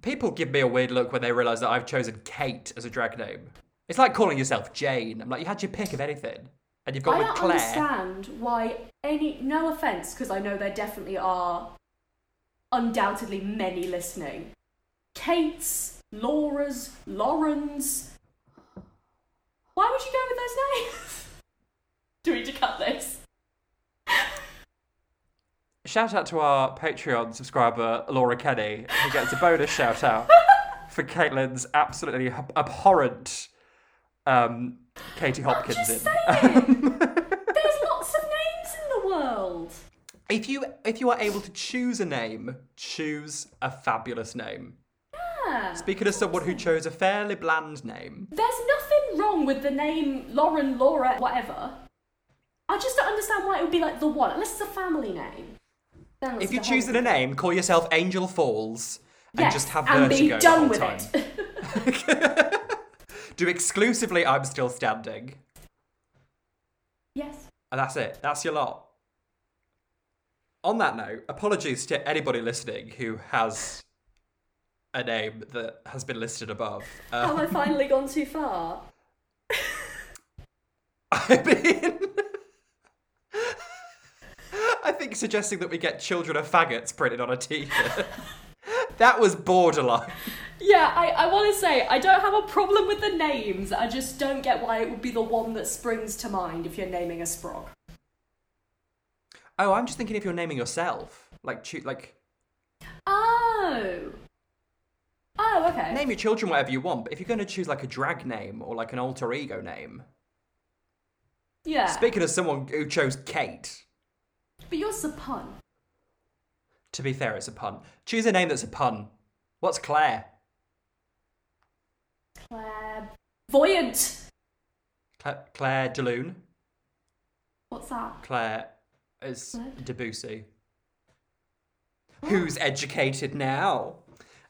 Speaker 1: people give me a weird look when they realise that I've chosen Kate as a drag name. It's like calling yourself Jane. I'm like, you had your pick of anything, and you've
Speaker 2: I
Speaker 1: gone with
Speaker 2: don't
Speaker 1: Claire.
Speaker 2: understand why any. No offense, because I know there definitely are undoubtedly many listening. Kate's, Laura's, Lauren's. Why would you go with those names? Do we need to cut this?
Speaker 1: Shout out to our Patreon subscriber Laura Kenny, who gets a bonus shout out for Caitlin's absolutely ab- abhorrent um, Katie Hopkins.
Speaker 2: Just
Speaker 1: in.
Speaker 2: say it. There's lots of names in the world.
Speaker 1: If you if you are able to choose a name, choose a fabulous name.
Speaker 2: Yeah.
Speaker 1: Speaking as someone who chose a fairly bland name,
Speaker 2: There's nothing wrong with the name Lauren, Laura, whatever. I just don't understand why it would be like the one, unless it's a family name. Then it's
Speaker 1: if you're
Speaker 2: the whole-
Speaker 1: choosing a name, call yourself Angel Falls and
Speaker 2: Yes,
Speaker 1: just have
Speaker 2: and
Speaker 1: vertigo
Speaker 2: be done
Speaker 1: the
Speaker 2: with
Speaker 1: whole time.
Speaker 2: it.
Speaker 1: Do exclusively I'm still standing,
Speaker 2: yes.
Speaker 1: and that's it. That's your lot. On that note, apologies to anybody listening who has a name that has been listed above. Uh,
Speaker 2: Have I finally gone too far?
Speaker 1: I mean, I think suggesting that we get children of faggots printed on a t-shirt. that was borderline.
Speaker 2: Yeah, I, I want to say I don't have a problem with the names. I just don't get why it would be the one that springs to mind if you're naming a sprog.
Speaker 1: Oh, I'm just thinking if you're naming yourself, like, choo- like
Speaker 2: Oh. Oh, okay.
Speaker 1: name your children whatever you want. But if you're going to choose like a drag name or like an alter ego name,
Speaker 2: yeah.
Speaker 1: speaking as someone who chose Kate,
Speaker 2: but yours is a pun.
Speaker 1: to be fair, it's a pun. Choose a name that's a pun. What's Claire?
Speaker 2: Clairvoyant.
Speaker 1: Cla- Claire Delune.
Speaker 2: What's that?
Speaker 1: Claire is
Speaker 2: What?
Speaker 1: Debussy. Who's educated now?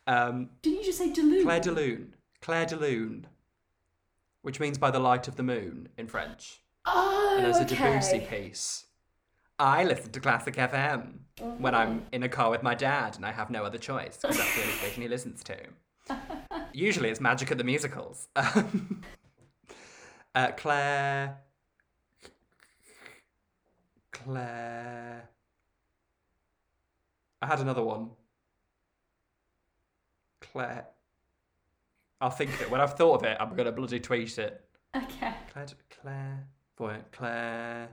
Speaker 1: Um,
Speaker 2: Didn't you just say delude?
Speaker 1: Claire de Lune. Claire de Lune. Which means by the light of the moon in French.
Speaker 2: Oh,
Speaker 1: And there's
Speaker 2: okay.
Speaker 1: a Debussy piece. I listen to Classic FM when I'm in a car with my dad and I have no other choice because that's the only station he listens to. Usually it's Magic at the Musicals. Um, uh, Claire. Claire. I had another one. Claire. I'll think of it. When I've thought of it, I'm going to bloody tweet it.
Speaker 2: Okay.
Speaker 1: Claire, Claire, boy, Claire,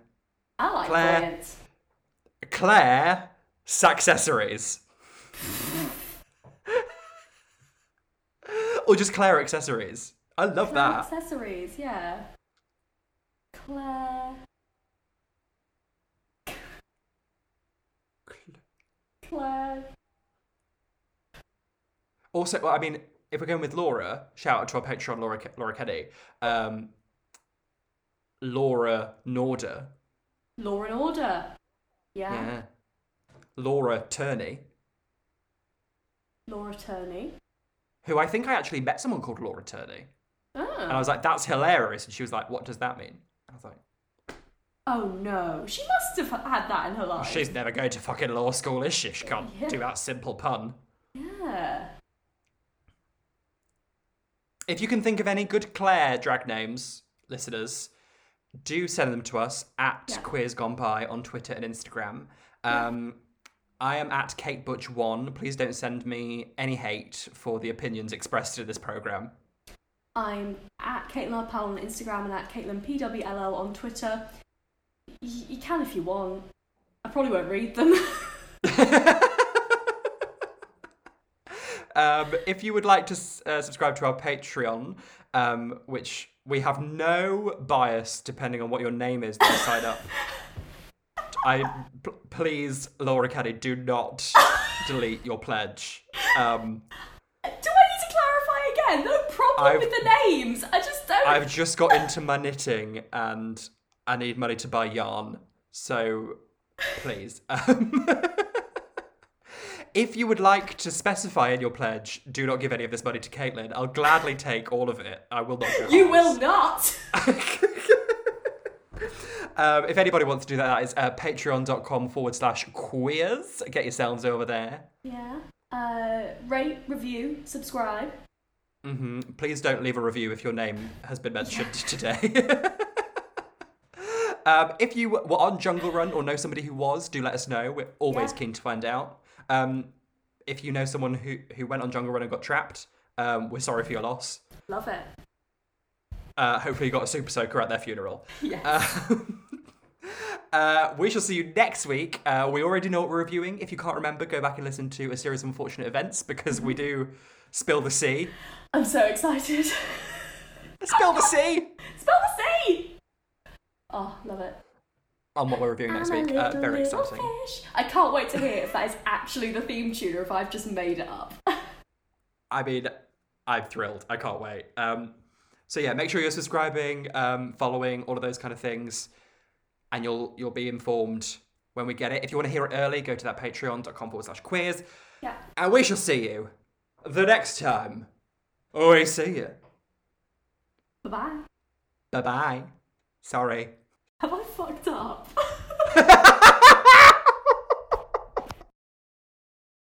Speaker 2: I like
Speaker 1: Claire.
Speaker 2: voyant.
Speaker 1: Claire, accessories, or just Claire accessories. I love
Speaker 2: Claire
Speaker 1: that.
Speaker 2: accessories, yeah. Claire. Claire.
Speaker 1: Also, well, I mean, if we're going with Laura, shout out to our Patreon, Laura, Ke- Laura Kenny, um, Laura Norder,
Speaker 2: Law and Order. Yeah.
Speaker 1: yeah, Laura Turney,
Speaker 2: Laura Turney.
Speaker 1: who I think I actually met someone called Laura Turney, and I
Speaker 2: Oh.
Speaker 1: was like, "That's hilarious," and she was like, "What does that mean?" I was like.
Speaker 2: oh no. She must have had that in her life.
Speaker 1: She's never going to fucking law school, is she? She can't
Speaker 2: Yeah.
Speaker 1: do that simple pun.
Speaker 2: Yeah.
Speaker 1: If you can think of any good Claire drag names, listeners, do send them to us at
Speaker 2: Yeah.
Speaker 1: Queers Gone By on Twitter and Instagram. Um, I am at Kate Butch One. Please don't send me any hate for the opinions expressed in this program.
Speaker 2: I'm at Caitlin Powell on Instagram and at Caitlin PWLL on Twitter. Y- you can if you want. I probably won't read them.
Speaker 1: Um, if you would like to s- uh, subscribe to our Patreon, um, which we have no bias depending on what your name is to sign up. I p- please, Laura Caddy, do not delete your pledge. Um,
Speaker 2: Do I need to clarify again? No problem
Speaker 1: I've-
Speaker 2: with the names. I just don't.
Speaker 1: I've just got into my knitting and I need money to buy yarn. So please. Um, if you would like to specify in your pledge, do not give any of this money to Caitlin. I'll gladly take all of it. I will not go.
Speaker 2: you will
Speaker 1: halves.
Speaker 2: not.
Speaker 1: Um, if anybody wants to do that, that is uh, patreon.com forward slash queers. Get yourselves over there.
Speaker 2: Yeah. Uh, rate, review, subscribe.
Speaker 1: hmm Please don't leave a review if your name has been mentioned today. um, if you were on Jungle Run or know somebody who was, do let us know. We're always
Speaker 2: Yeah.
Speaker 1: keen to find out. Um, if you know someone who, who went on Jungle Run and got trapped, um, we're sorry for your loss.
Speaker 2: Love it.
Speaker 1: Uh, hopefully, you got a super soaker at their funeral.
Speaker 2: Yes.
Speaker 1: Uh, we shall see you next week. Uh, we already know what we're reviewing. If you can't remember, go back and listen to a series of unfortunate events because we do spill the sea.
Speaker 2: I'm so excited.
Speaker 1: Spill the sea
Speaker 2: Spell the sea! Oh, love it.
Speaker 1: on what we're reviewing next
Speaker 2: I'm a
Speaker 1: week. Uh,
Speaker 2: little,
Speaker 1: very
Speaker 2: little
Speaker 1: exciting.
Speaker 2: fish. I can't wait to hear if that is actually the theme tune or if I've just made it up.
Speaker 1: I mean, I'm thrilled. I can't wait. Um, so yeah, make sure you're subscribing, um, following, all of those kind of things, and you'll you'll be informed when we get it. If you want to hear it early, go to that patreon.com forward slash quiz.
Speaker 2: yeah.
Speaker 1: And we shall see you the next time. We see you.
Speaker 2: Bye bye.
Speaker 1: Bye bye. Sorry.
Speaker 2: Have I fucked up?